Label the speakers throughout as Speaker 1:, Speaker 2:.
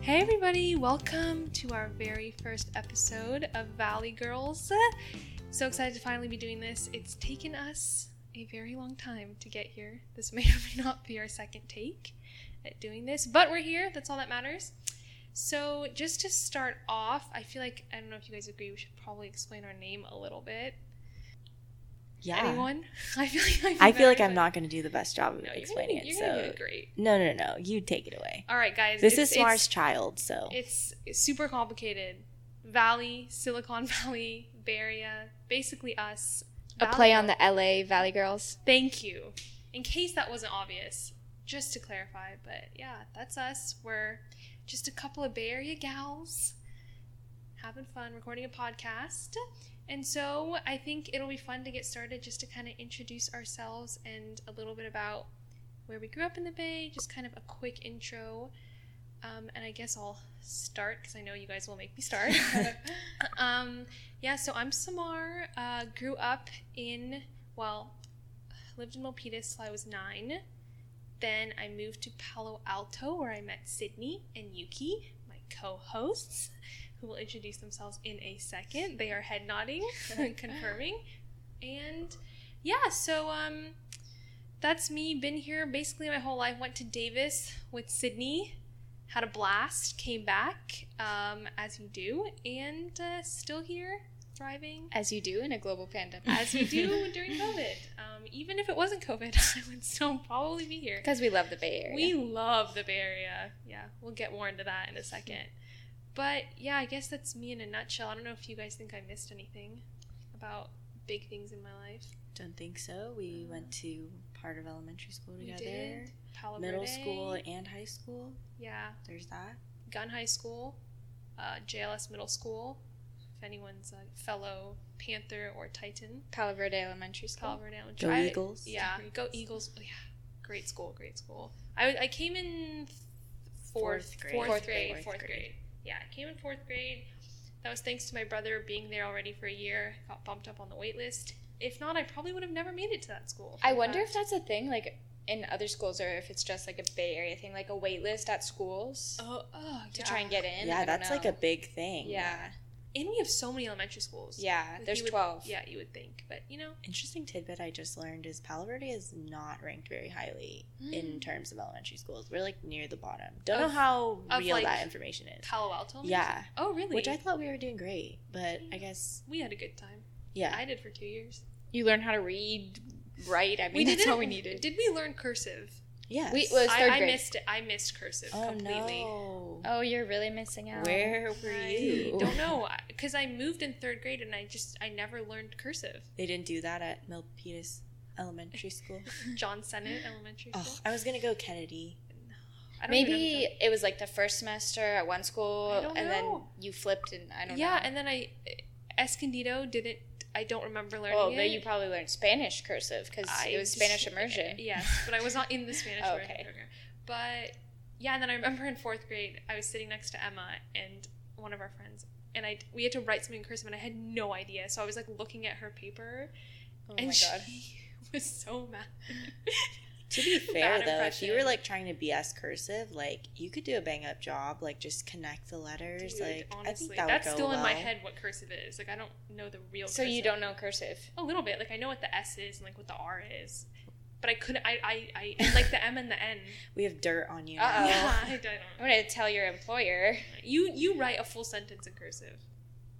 Speaker 1: Hey, everybody, welcome to our very first episode of Valley Girls. So excited to finally be doing this. It's taken us a very long time to get here. This may or may not be our second take at doing this, but we're here. That's all that matters. So, just to start off, I feel like, I don't know if you guys agree, we should probably explain our name a little bit.
Speaker 2: Yeah.
Speaker 1: Anyone? I feel like,
Speaker 2: I feel like
Speaker 1: very
Speaker 2: I'm not going to do the best job of
Speaker 1: No, you're gonna,
Speaker 2: explaining
Speaker 1: do-
Speaker 2: it.
Speaker 1: you're gonna do
Speaker 2: So
Speaker 1: it great.
Speaker 2: no, no, no, no. You take it away.
Speaker 1: All right, guys.
Speaker 2: This
Speaker 1: it's-
Speaker 2: is Mars
Speaker 1: it's-
Speaker 2: Child, so
Speaker 1: It's super complicated. Valley, Silicon Valley, Bay Area, basically us.
Speaker 3: a
Speaker 1: Valley
Speaker 3: play on the
Speaker 1: Girls.
Speaker 3: LA Valley Girls.
Speaker 1: Thank you. In case that wasn't obvious, just to clarify, but yeah, that's us. We're just a couple of Bay Area gals having fun recording a podcast. And so I think it'll be fun to get started just to kind of introduce ourselves and a little bit about where we grew up in the Bay, just kind of a quick intro. Um, and I guess I'll start because I know you guys will make me start. um, yeah, so I'm Samar. Uh, grew up in, well, lived in Milpitas till I was nine. Then I moved to Palo Alto where I met Sydney and Yuki, my co hosts, who will introduce themselves in a second. They are head nodding, confirming. And yeah, so um, that's me. Been here basically my whole life. Went to Davis with Sydney, had a blast, came back, um, as you do, and uh, still here, thriving
Speaker 3: As you do in a global pandemic.
Speaker 1: as we do during COVID. Um, even if it wasn't COVID, I would still probably be here.
Speaker 3: Because we love the Bay Area.
Speaker 1: We love the Bay Area. Yeah, we'll get more into that in a second. But yeah, I guess that's me in a nutshell. I don't know if you guys think I missed anything about big things in my life.
Speaker 2: don't think so. We went to part of elementary school
Speaker 1: We
Speaker 2: together,
Speaker 1: did Palo
Speaker 2: middle
Speaker 1: Verde.
Speaker 2: school and high school.
Speaker 1: Yeah,
Speaker 2: There's that.
Speaker 1: Gun High School, uh, JLS Middle School. If anyone's a fellow Panther or Titan,
Speaker 3: Palo Verde Elementary School.
Speaker 1: Palo Verde Elementary.
Speaker 2: Go
Speaker 1: I-
Speaker 2: Eagles.
Speaker 1: Yeah,
Speaker 3: Great
Speaker 1: go
Speaker 3: school.
Speaker 1: Eagles. oh, Yeah, great school, great school. I, was- I came in fourth,
Speaker 2: Fourth grade.
Speaker 1: Fourth,
Speaker 3: Fourth
Speaker 1: grade,
Speaker 3: grade.
Speaker 1: fourth grade.
Speaker 3: Fourth grade.
Speaker 1: Yeah, I came in fourth grade. That was thanks to my brother being there already for a year. Got bumped up on the wait list. If not, I probably would have never made it to that school.
Speaker 3: I wonder if that's a thing, like in other schools, or if it's just like a Bay Area thing, like a wait list at schools
Speaker 1: Oh, oh
Speaker 3: to try and get in. I
Speaker 2: yeah,
Speaker 3: don't
Speaker 2: that's like a
Speaker 3: know.
Speaker 2: big thing.
Speaker 3: Yeah,
Speaker 1: And we have so many elementary schools.
Speaker 3: yeah.
Speaker 1: Like,
Speaker 3: There's
Speaker 1: you would-
Speaker 3: twelve.
Speaker 1: Yeah, you would think, but you know,
Speaker 2: Interesting tidbit I just learned is Palo Verde is not ranked very highly in
Speaker 1: Mm.
Speaker 2: terms of elementary schools. We're like near the bottom. Don't
Speaker 1: Of-
Speaker 2: know how
Speaker 1: of,
Speaker 2: real
Speaker 1: like,
Speaker 2: that information is.
Speaker 1: Palo Alto. maybe?
Speaker 2: Yeah,
Speaker 1: Oh, really?
Speaker 2: which I thought we were doing great, but I guess
Speaker 1: we had a good time.
Speaker 2: yeah.
Speaker 1: I did for two years.
Speaker 3: You learn how to read, write. I mean, that's
Speaker 1: didn't-
Speaker 3: all we needed.
Speaker 1: Did we learn cursive?
Speaker 2: Yes.
Speaker 3: We- well, It was
Speaker 1: I,
Speaker 3: third
Speaker 1: I
Speaker 3: grade.
Speaker 1: missed it. I missed cursive
Speaker 2: oh
Speaker 1: completely.
Speaker 2: no.
Speaker 3: oh, you're really missing out.
Speaker 2: Where were
Speaker 1: I
Speaker 2: you?
Speaker 1: don't know because I moved in third grade and I just I never learned cursive.
Speaker 2: They didn't do that at Milpitas Elementary School.
Speaker 1: John Sennett Elementary School.
Speaker 2: oh, I was gonna go Kennedy.
Speaker 1: I don't even
Speaker 3: Maybe
Speaker 1: know.
Speaker 3: it was like the first semester at one school,
Speaker 1: I
Speaker 3: and
Speaker 1: don't
Speaker 3: then
Speaker 1: know.
Speaker 3: you flipped, and I don't know.
Speaker 1: yeah, and then I Escondido didn't. I don't remember learning
Speaker 3: Well,
Speaker 1: it.
Speaker 3: then Oh, you probably learned Spanish cursive because
Speaker 1: I
Speaker 3: it was
Speaker 1: just-
Speaker 3: Spanish immersion.
Speaker 1: Yes, but I was not in the Spanish
Speaker 3: Oh,
Speaker 1: immersion
Speaker 3: okay.
Speaker 1: program. But yeah, and then I remember in fourth grade, I was sitting next to Emma and one of our friends, and I we had to write something in cursive, and I had no idea. So I was like looking at her paper,
Speaker 3: Oh
Speaker 1: and
Speaker 3: my god.
Speaker 1: she was so mad.
Speaker 2: To be fair
Speaker 1: Bad
Speaker 2: though, if you were
Speaker 1: impression.
Speaker 2: like trying to BS cursive, like you could do a bang up job, like just connect the letters.
Speaker 1: Dude,
Speaker 2: like
Speaker 1: honestly,
Speaker 2: I think that
Speaker 1: that's
Speaker 2: would go
Speaker 1: still in my
Speaker 2: well.
Speaker 1: head what cursive is. Like I don't know the real.
Speaker 3: So you
Speaker 1: cursive.
Speaker 3: don't know cursive.
Speaker 1: A little bit. Like I know what the S is and like what the R is, but I couldn't. I I, I and like the M and the N.
Speaker 2: We have dirt on you.
Speaker 3: Uh-oh.
Speaker 2: now.
Speaker 1: Yeah, I don't.
Speaker 3: I'm gonna tell your employer.
Speaker 1: You you write a full sentence in cursive.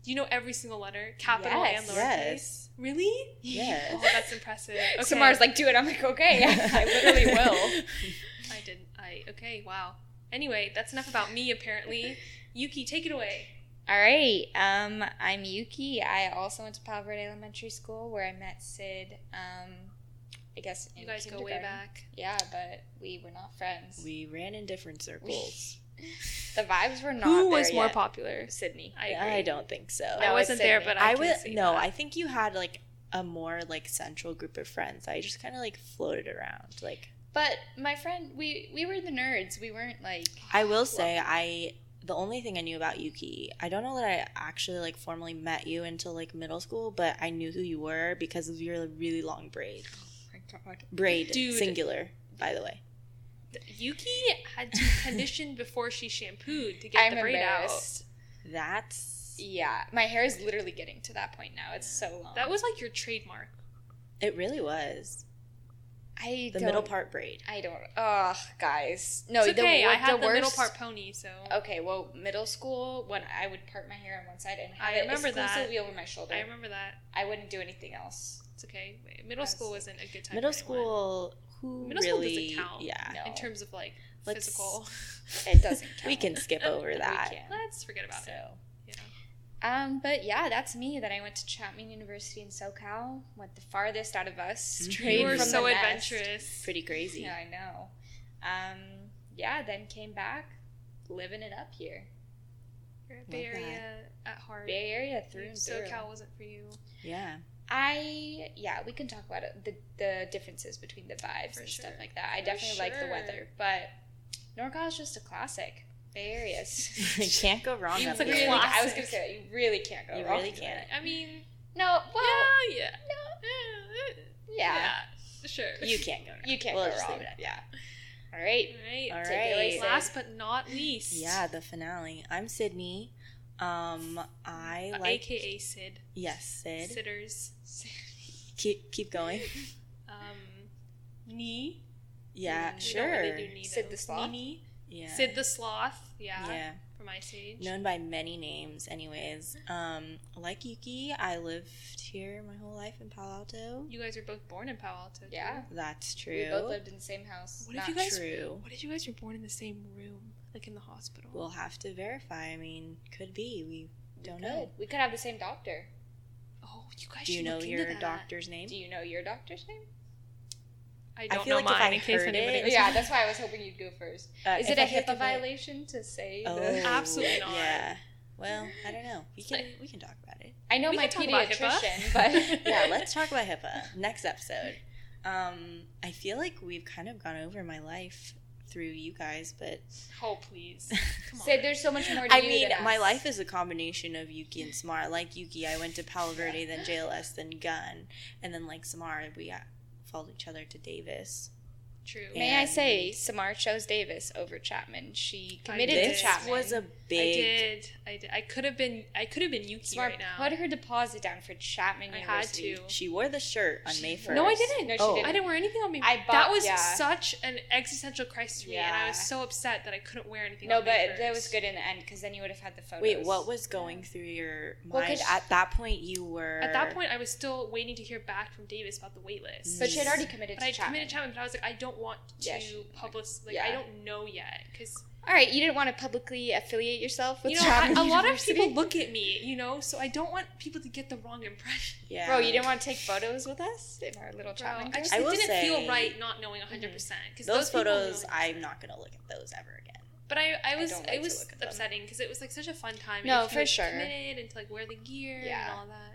Speaker 1: Do you know every single letter, capital
Speaker 3: Yes.
Speaker 1: and lowercase?
Speaker 2: Yes.
Speaker 1: Really?
Speaker 2: Yes.
Speaker 1: Oh, that's impressive. Okay.
Speaker 3: Samar's like, do it. I'm like, okay, I literally will.
Speaker 1: I did. I okay. Wow. Anyway, that's enough about me. Apparently, Yuki, take it away.
Speaker 3: All right. Um, I'm Yuki. I also went to Palo Verde Elementary School where I met Sid. Um, I guess in
Speaker 1: You guys go way
Speaker 3: kindergarten.
Speaker 1: back.
Speaker 3: Yeah, but we were not friends.
Speaker 2: We ran in different circles.
Speaker 3: the vibes were not.
Speaker 1: Who
Speaker 3: there
Speaker 1: was more
Speaker 3: yet.
Speaker 1: popular?
Speaker 3: Sydney.
Speaker 1: I agree.
Speaker 2: I, don't think so.
Speaker 1: I
Speaker 3: No, it's
Speaker 1: wasn't there,
Speaker 3: Sydney.
Speaker 1: but I,
Speaker 2: was
Speaker 1: can see
Speaker 2: no.
Speaker 1: that.
Speaker 2: I think you had like a more like central group of friends. I just kind of like floated around. Like
Speaker 3: But my friend, we we were the nerds. We weren't like.
Speaker 2: I will say I the only thing I knew about Yuki, I don't know that I actually like formally met you until like middle school, but I knew who you were because of your really long braid.
Speaker 3: Oh my god.
Speaker 2: Braid
Speaker 1: Dude.
Speaker 2: singular, by the way.
Speaker 1: Yuki had to condition before she shampooed to get
Speaker 3: I'm
Speaker 1: the braid out.
Speaker 3: embarrassed.
Speaker 2: That's
Speaker 3: Yeah, my hair is literally getting to that point now. It's so long.
Speaker 1: That was like your trademark.
Speaker 2: it. Really was
Speaker 3: I
Speaker 2: the
Speaker 3: don't-
Speaker 2: middle part braid.
Speaker 3: I don't. Ugh, guys. No,
Speaker 1: it's
Speaker 3: the,
Speaker 1: okay.
Speaker 3: wor-
Speaker 1: I had the,
Speaker 3: worst, Oh,
Speaker 1: middle part pony, so
Speaker 3: Okay, well, middle school when I would part my hair on one side and have
Speaker 1: I
Speaker 3: it
Speaker 1: remember that.
Speaker 3: exclusively over my shoulder.
Speaker 1: I remember that.
Speaker 3: I wouldn't do anything else.
Speaker 1: It's okay. Middle school wasn't a good time.
Speaker 2: middle
Speaker 1: for anyone.
Speaker 2: school. Who
Speaker 1: Middle school doesn't
Speaker 2: really?
Speaker 1: count.
Speaker 2: Yeah,
Speaker 3: No.
Speaker 1: in terms of like
Speaker 2: Let's-
Speaker 1: physical.
Speaker 3: It doesn't. Count.
Speaker 2: we can skip over
Speaker 3: We
Speaker 2: that.
Speaker 3: can.
Speaker 1: Let's forget about
Speaker 3: So,
Speaker 1: it. Yeah.
Speaker 3: um, but yeah, that's me. That I went to Chapman University in SoCal. Went the farthest out of us.
Speaker 2: Mhm.
Speaker 3: Straight
Speaker 1: Mm-hmm. You were
Speaker 3: from
Speaker 1: so
Speaker 3: the nest.
Speaker 1: adventurous.
Speaker 2: Pretty crazy.
Speaker 3: Yeah, I know. Um, yeah, then came back, living it up here.
Speaker 1: You're a
Speaker 2: Love
Speaker 1: Bay Area at heart.
Speaker 3: Bay Area through and through.
Speaker 1: SoCal wasn't for you.
Speaker 2: yeah.
Speaker 3: I yeah, we can talk about it, the the differences between the vibes
Speaker 1: For
Speaker 3: and
Speaker 1: sure.
Speaker 3: stuff like that. I
Speaker 1: For
Speaker 3: definitely like the
Speaker 1: sure.
Speaker 3: weather, but NorCal is just a classic. Bay Area's.
Speaker 2: You can't go wrong.
Speaker 1: You
Speaker 2: up
Speaker 1: It's a
Speaker 3: really,
Speaker 2: here.
Speaker 1: class-
Speaker 3: I was gonna say that you really can't go.
Speaker 2: You
Speaker 3: wrong
Speaker 2: really
Speaker 3: with
Speaker 2: can't.
Speaker 3: it.
Speaker 1: I mean,
Speaker 3: No, well,
Speaker 1: yeah, yeah. No.
Speaker 3: yeah,
Speaker 1: Sure.
Speaker 2: You can't go wrong.
Speaker 3: you can't
Speaker 2: We'll
Speaker 3: go
Speaker 2: just
Speaker 3: wrong.
Speaker 2: leave it at
Speaker 3: Yeah. All right.
Speaker 1: Right.
Speaker 2: All
Speaker 3: Take it away,
Speaker 2: right.
Speaker 3: Sid.
Speaker 1: Last but not least.
Speaker 2: Yeah, the finale. I'm Sydney. Um, I
Speaker 1: uh,
Speaker 2: like
Speaker 1: AKA Sid.
Speaker 2: yes, Sid.
Speaker 1: Sitters.
Speaker 2: Keep keep going.
Speaker 1: Um, knee.
Speaker 2: Yeah,
Speaker 1: We
Speaker 2: sure.
Speaker 1: don't really do knee,
Speaker 3: Sid
Speaker 1: though.
Speaker 3: the Sloth?
Speaker 1: Knee.
Speaker 2: yeah.
Speaker 1: Sid the sloth. Yeah.
Speaker 2: yeah.
Speaker 1: From Ice Age.
Speaker 2: known by many names anyways um like yuki i lived here my whole life in palo alto
Speaker 1: You guys were both born in Palo Alto. too.
Speaker 3: Yeah.
Speaker 2: that's
Speaker 3: We
Speaker 2: true
Speaker 3: both lived in the same house.
Speaker 1: What if
Speaker 3: Not
Speaker 1: you guys-
Speaker 2: true
Speaker 1: What did you guys were born in the same room, like in the hospital?
Speaker 2: we'll have to verify i mean could be we
Speaker 3: true.
Speaker 2: don't
Speaker 3: Good.
Speaker 2: know
Speaker 3: We could have the same doctor.
Speaker 1: oh, you guys.
Speaker 2: do you
Speaker 1: should
Speaker 2: know
Speaker 1: look into
Speaker 2: your
Speaker 1: that.
Speaker 2: doctor's name
Speaker 3: Do you know your doctor's name?
Speaker 1: I don't
Speaker 2: feel
Speaker 1: know
Speaker 2: like if
Speaker 1: mine.
Speaker 2: I
Speaker 1: in case
Speaker 2: heard
Speaker 1: anybody
Speaker 2: it-
Speaker 1: was-
Speaker 3: yeah, that's why I was hoping you'd go first.
Speaker 2: Uh,
Speaker 3: Is
Speaker 2: if
Speaker 3: it a
Speaker 2: I think
Speaker 3: HIPAA
Speaker 2: of it-
Speaker 3: violation to say?
Speaker 2: oh,
Speaker 3: the- Uh,
Speaker 1: Absolutely not.
Speaker 2: yeah well i don't know we can we can talk about it
Speaker 3: I know
Speaker 1: We
Speaker 3: my
Speaker 1: can talk about HIPAA.
Speaker 3: pediatrician, but
Speaker 2: yeah let's talk about hipaa next episode um i feel like we've kind of gone over my life through you guys but
Speaker 1: Oh please. Come on.
Speaker 3: say there's so much more. To
Speaker 2: I
Speaker 3: you
Speaker 2: mean,
Speaker 3: than
Speaker 2: my
Speaker 3: us.
Speaker 2: life is a combination of Yuki and Samar. Like Yuki, I went to Palo Verde, then JLS, then Gun, and then like Samar, we uh, followed each other to Davis.
Speaker 1: True.
Speaker 2: Yeah.
Speaker 3: May I say,
Speaker 2: and-
Speaker 3: Samar chose Davis over Chapman. She
Speaker 1: I
Speaker 3: committed
Speaker 1: did.
Speaker 3: to
Speaker 2: this
Speaker 3: Chapman.
Speaker 2: was a
Speaker 1: I
Speaker 2: big.
Speaker 1: did. I did. I could have been. I could have been Yuki
Speaker 3: Samar
Speaker 1: right now.
Speaker 3: put her deposit down for Chapman
Speaker 1: I had
Speaker 3: University.
Speaker 1: to.
Speaker 2: She wore the shirt on
Speaker 3: She-
Speaker 2: May first.
Speaker 1: No, I didn't.
Speaker 3: No, she
Speaker 2: Oh.
Speaker 3: didn't.
Speaker 1: I didn't wear anything on me.
Speaker 3: I bought-
Speaker 1: that was
Speaker 3: yeah.
Speaker 1: such an existential crisis for me, and I was
Speaker 3: Yeah.
Speaker 1: so upset that I couldn't wear anything.
Speaker 3: No,
Speaker 1: on
Speaker 3: but
Speaker 1: May
Speaker 3: that
Speaker 1: 1st.
Speaker 3: was good in the end because then you would have had the photos.
Speaker 2: Wait, what was going through your
Speaker 3: Well,
Speaker 2: mind
Speaker 3: 'cause-
Speaker 2: at that point? You were
Speaker 1: At that point, I was still waiting to hear back from Davis about the wait list.
Speaker 3: But she had already committed
Speaker 1: But
Speaker 3: to
Speaker 1: I
Speaker 3: Chapman.
Speaker 1: committed Chapman, but I was like, I don't want to
Speaker 3: Yeah,
Speaker 1: publish.
Speaker 3: she-
Speaker 1: Like,
Speaker 3: yeah.
Speaker 1: I don't know yet because
Speaker 3: All right, you didn't want to publicly affiliate yourself with
Speaker 1: you know I,
Speaker 3: Chapman.
Speaker 1: a lot of
Speaker 3: University?
Speaker 1: people look at me, you know, so I don't want people to get the wrong impression.
Speaker 2: yeah.
Speaker 3: Bro, you didn't want to take photos with us in our
Speaker 1: Bro,
Speaker 3: little Chapman. Mm-hmm.
Speaker 1: I
Speaker 3: group?
Speaker 1: just
Speaker 2: I
Speaker 1: it
Speaker 2: will
Speaker 1: didn't feel
Speaker 2: say-
Speaker 1: right not knowing 100 percent because
Speaker 2: those,
Speaker 1: people know-
Speaker 2: photos. I'm not gonna look at those ever again.
Speaker 1: But I, I was,
Speaker 3: don't like
Speaker 1: it
Speaker 3: to
Speaker 1: was
Speaker 3: look at them.
Speaker 1: upsetting because it was like such a fun time.
Speaker 3: No,
Speaker 1: if you
Speaker 3: for
Speaker 1: were
Speaker 3: sure.
Speaker 1: Committed and to like wear the gear
Speaker 3: Yeah.
Speaker 1: and all that.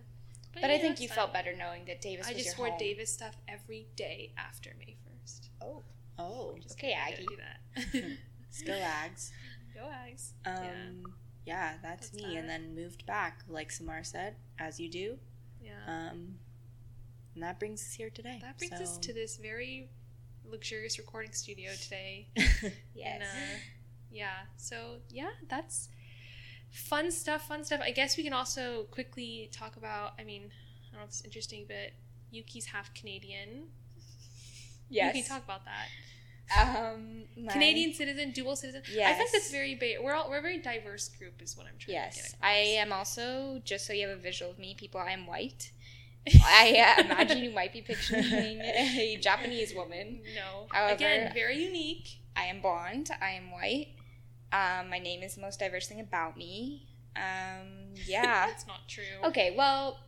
Speaker 3: But I
Speaker 1: yeah,
Speaker 3: think
Speaker 1: that's
Speaker 3: you
Speaker 1: fine.
Speaker 3: felt better knowing that Davis
Speaker 1: I
Speaker 3: was
Speaker 1: just
Speaker 3: your
Speaker 1: wore
Speaker 3: home.
Speaker 1: Davis stuff every day after May first.
Speaker 3: Oh,
Speaker 2: Oh,
Speaker 1: Just
Speaker 3: Okay,
Speaker 1: kidding, I didn't
Speaker 3: Aggie.
Speaker 1: Do that.
Speaker 2: still ags.
Speaker 1: Go Ags.
Speaker 2: Um,
Speaker 1: Yeah.
Speaker 2: yeah. that's,
Speaker 1: That's
Speaker 2: me.
Speaker 1: that.
Speaker 2: And then moved back, like Samar said, as you do.
Speaker 1: Yeah.
Speaker 2: Um, and that brings us here today.
Speaker 1: that brings us
Speaker 2: So-
Speaker 1: to this very luxurious recording studio today.
Speaker 3: yes.
Speaker 1: And, uh, yeah. So yeah, that's fun stuff. Fun stuff. I guess we can also quickly talk about. I mean, I don't know if it's interesting, but Yuki's half Canadian.
Speaker 3: Yes.
Speaker 1: We can talk about that.
Speaker 3: Um, my-
Speaker 1: Canadian citizen, dual citizen. I think
Speaker 3: Yes.
Speaker 1: that's very big. We're all we're a very diverse group, is what I'm trying to get.
Speaker 3: Yes,
Speaker 1: across.
Speaker 3: I am also just so you have a visual of me, people. I'm white. I uh, imagine you might be picturing a Japanese woman.
Speaker 1: No.
Speaker 3: However-
Speaker 1: Again, very unique.
Speaker 3: I am blonde. I am white. Um, my name is the most diverse thing about me. Um, yeah.
Speaker 1: that's not true.
Speaker 3: okay. Well,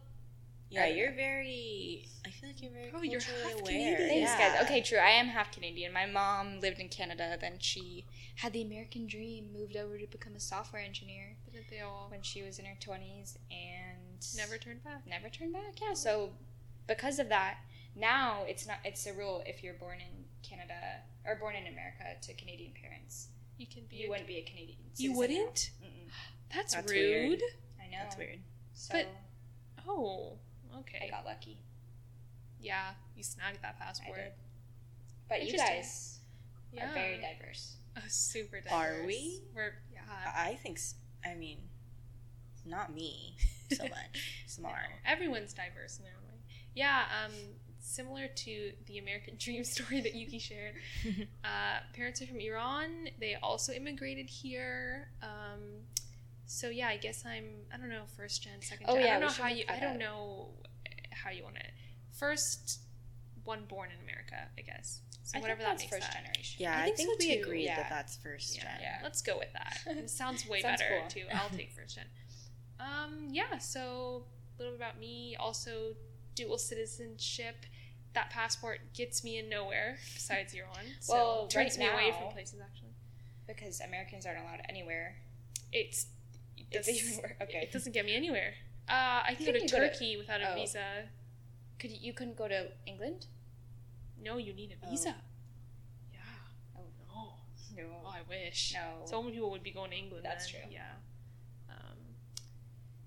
Speaker 2: Yeah,
Speaker 3: I don't
Speaker 2: you're very. I feel like you're very
Speaker 1: Oh,
Speaker 2: culturally
Speaker 1: you're half
Speaker 2: aware.
Speaker 1: Canadian.
Speaker 3: thanks,
Speaker 2: Yeah.
Speaker 3: guys. Okay, true. I am half Canadian. My mom lived in Canada. Then she had the American dream, moved over to become a software engineer
Speaker 1: Didn't they all
Speaker 3: when she was in her twenties, and
Speaker 1: never turn back?
Speaker 3: never turn back. Yeah. So because of that, now it's not it's a rule if you're born in Canada or born in America to Canadian parents,
Speaker 1: You can be.
Speaker 3: you
Speaker 1: a-
Speaker 3: wouldn't be a Canadian.
Speaker 1: You
Speaker 3: citizen
Speaker 1: wouldn't?
Speaker 3: now. Mm-mm.
Speaker 1: That's,
Speaker 2: That's
Speaker 1: rude.
Speaker 2: weird.
Speaker 3: I know.
Speaker 2: That's weird.
Speaker 3: So
Speaker 1: But- Oh.
Speaker 3: I
Speaker 1: Okay.
Speaker 3: got lucky.
Speaker 1: Yeah, you snagged that
Speaker 3: I
Speaker 1: passport.
Speaker 3: did. But you
Speaker 1: Interesting.
Speaker 3: guys,
Speaker 1: Yeah.
Speaker 3: are very diverse.
Speaker 1: Oh, super diverse.
Speaker 2: Are we?
Speaker 1: We're yeah.
Speaker 2: I think, s- I mean, not me so much. Smart.
Speaker 1: Everyone's diverse in their own way. Yeah, um, similar to the American Dream story that Yuki shared. uh, parents are from Iran. They also immigrated here. Um, so yeah, I guess I'm. I don't know first gen, second
Speaker 3: Oh,
Speaker 1: gen.
Speaker 3: yeah,
Speaker 1: I don't
Speaker 3: we
Speaker 1: know
Speaker 3: should
Speaker 1: how
Speaker 3: look
Speaker 1: you.
Speaker 3: that
Speaker 1: I don't
Speaker 3: up.
Speaker 1: know how you want it. First one born in America, I guess. So
Speaker 3: I
Speaker 1: whatever
Speaker 3: think
Speaker 1: that
Speaker 3: that's
Speaker 1: makes
Speaker 3: first
Speaker 1: that.
Speaker 3: generation.
Speaker 2: Yeah, I
Speaker 1: I
Speaker 2: think,
Speaker 1: think so
Speaker 2: we
Speaker 1: too,
Speaker 2: agreed
Speaker 3: yeah.
Speaker 2: that that's first gen.
Speaker 1: Yeah,
Speaker 3: Yeah.
Speaker 1: let's go with that. It sounds way
Speaker 3: Sounds
Speaker 1: better
Speaker 3: cool.
Speaker 1: too. I'll take first gen. Um, yeah. So a little bit about me. Also, dual citizenship. That passport gets me in nowhere besides Iran. So
Speaker 3: Well,
Speaker 1: turns
Speaker 3: right
Speaker 1: me away
Speaker 3: now-
Speaker 1: from places actually.
Speaker 3: Because Americans aren't allowed anywhere.
Speaker 1: It's it
Speaker 3: It's
Speaker 1: doesn't-
Speaker 3: even wor- okay.
Speaker 1: It doesn't get me anywhere. Uh, I can go
Speaker 3: Couldn't
Speaker 1: to
Speaker 3: you go to-
Speaker 1: Turkey without a
Speaker 3: oh.
Speaker 1: visa.
Speaker 3: Could you, you couldn't go to England?
Speaker 1: No, you need a
Speaker 2: Oh.
Speaker 1: visa. Yeah.
Speaker 3: Oh.
Speaker 1: no.
Speaker 3: No.
Speaker 1: Oh, I wish.
Speaker 3: No.
Speaker 1: So many people would be going to England.
Speaker 3: That's
Speaker 1: then.
Speaker 3: true.
Speaker 1: Yeah. Um,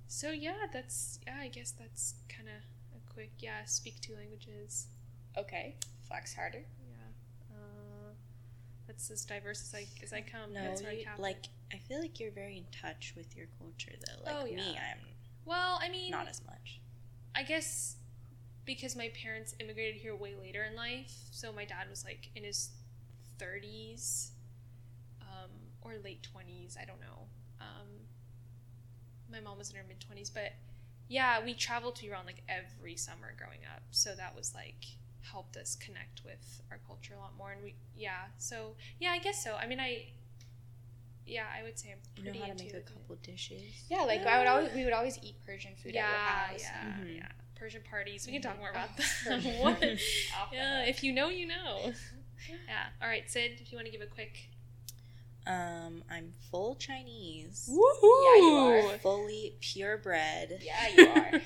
Speaker 1: so yeah, that's yeah. I guess that's kind of a quick yeah. Speak two languages.
Speaker 3: Okay. Flex harder.
Speaker 1: Yeah. Uh, that's as diverse as I as I come.
Speaker 2: No,
Speaker 1: that's where
Speaker 2: you-
Speaker 1: I cap it.
Speaker 2: like I feel like you're very in touch with your culture though. Like
Speaker 1: Oh,
Speaker 2: me,
Speaker 1: yeah.
Speaker 2: I'm
Speaker 1: well, I mean,
Speaker 2: not as much.
Speaker 1: I guess because my parents immigrated here way later in life, so my dad was like in his 30s um, or late 20s, I don't know. Um, my mom was in her mid 20s, but yeah, we traveled to Iran like every summer growing up, so that was like helped us connect with our culture a lot more. And we, yeah, so yeah, I guess so. I mean, I, yeah, I would say I'm
Speaker 2: You
Speaker 1: pretty
Speaker 2: know how to
Speaker 1: into
Speaker 2: make a
Speaker 1: it.
Speaker 2: couple dishes.
Speaker 3: Yeah, like I would always we would always eat Persian food
Speaker 1: Yeah,
Speaker 3: at your house. Mm-hmm.
Speaker 1: yeah,
Speaker 2: Mhm.
Speaker 1: yeah. Persian parties. We can talk more about
Speaker 3: Oh,
Speaker 1: that.
Speaker 3: Persian.
Speaker 1: What?
Speaker 3: Off the
Speaker 1: Yeah,
Speaker 3: hook.
Speaker 1: if you know, you know. yeah. All right, Sid, if you want to give a quick.
Speaker 2: Um, I'm full Chinese.
Speaker 1: Woohoo!
Speaker 3: Yeah, you are.
Speaker 2: Fully purebred.
Speaker 3: yeah, you are.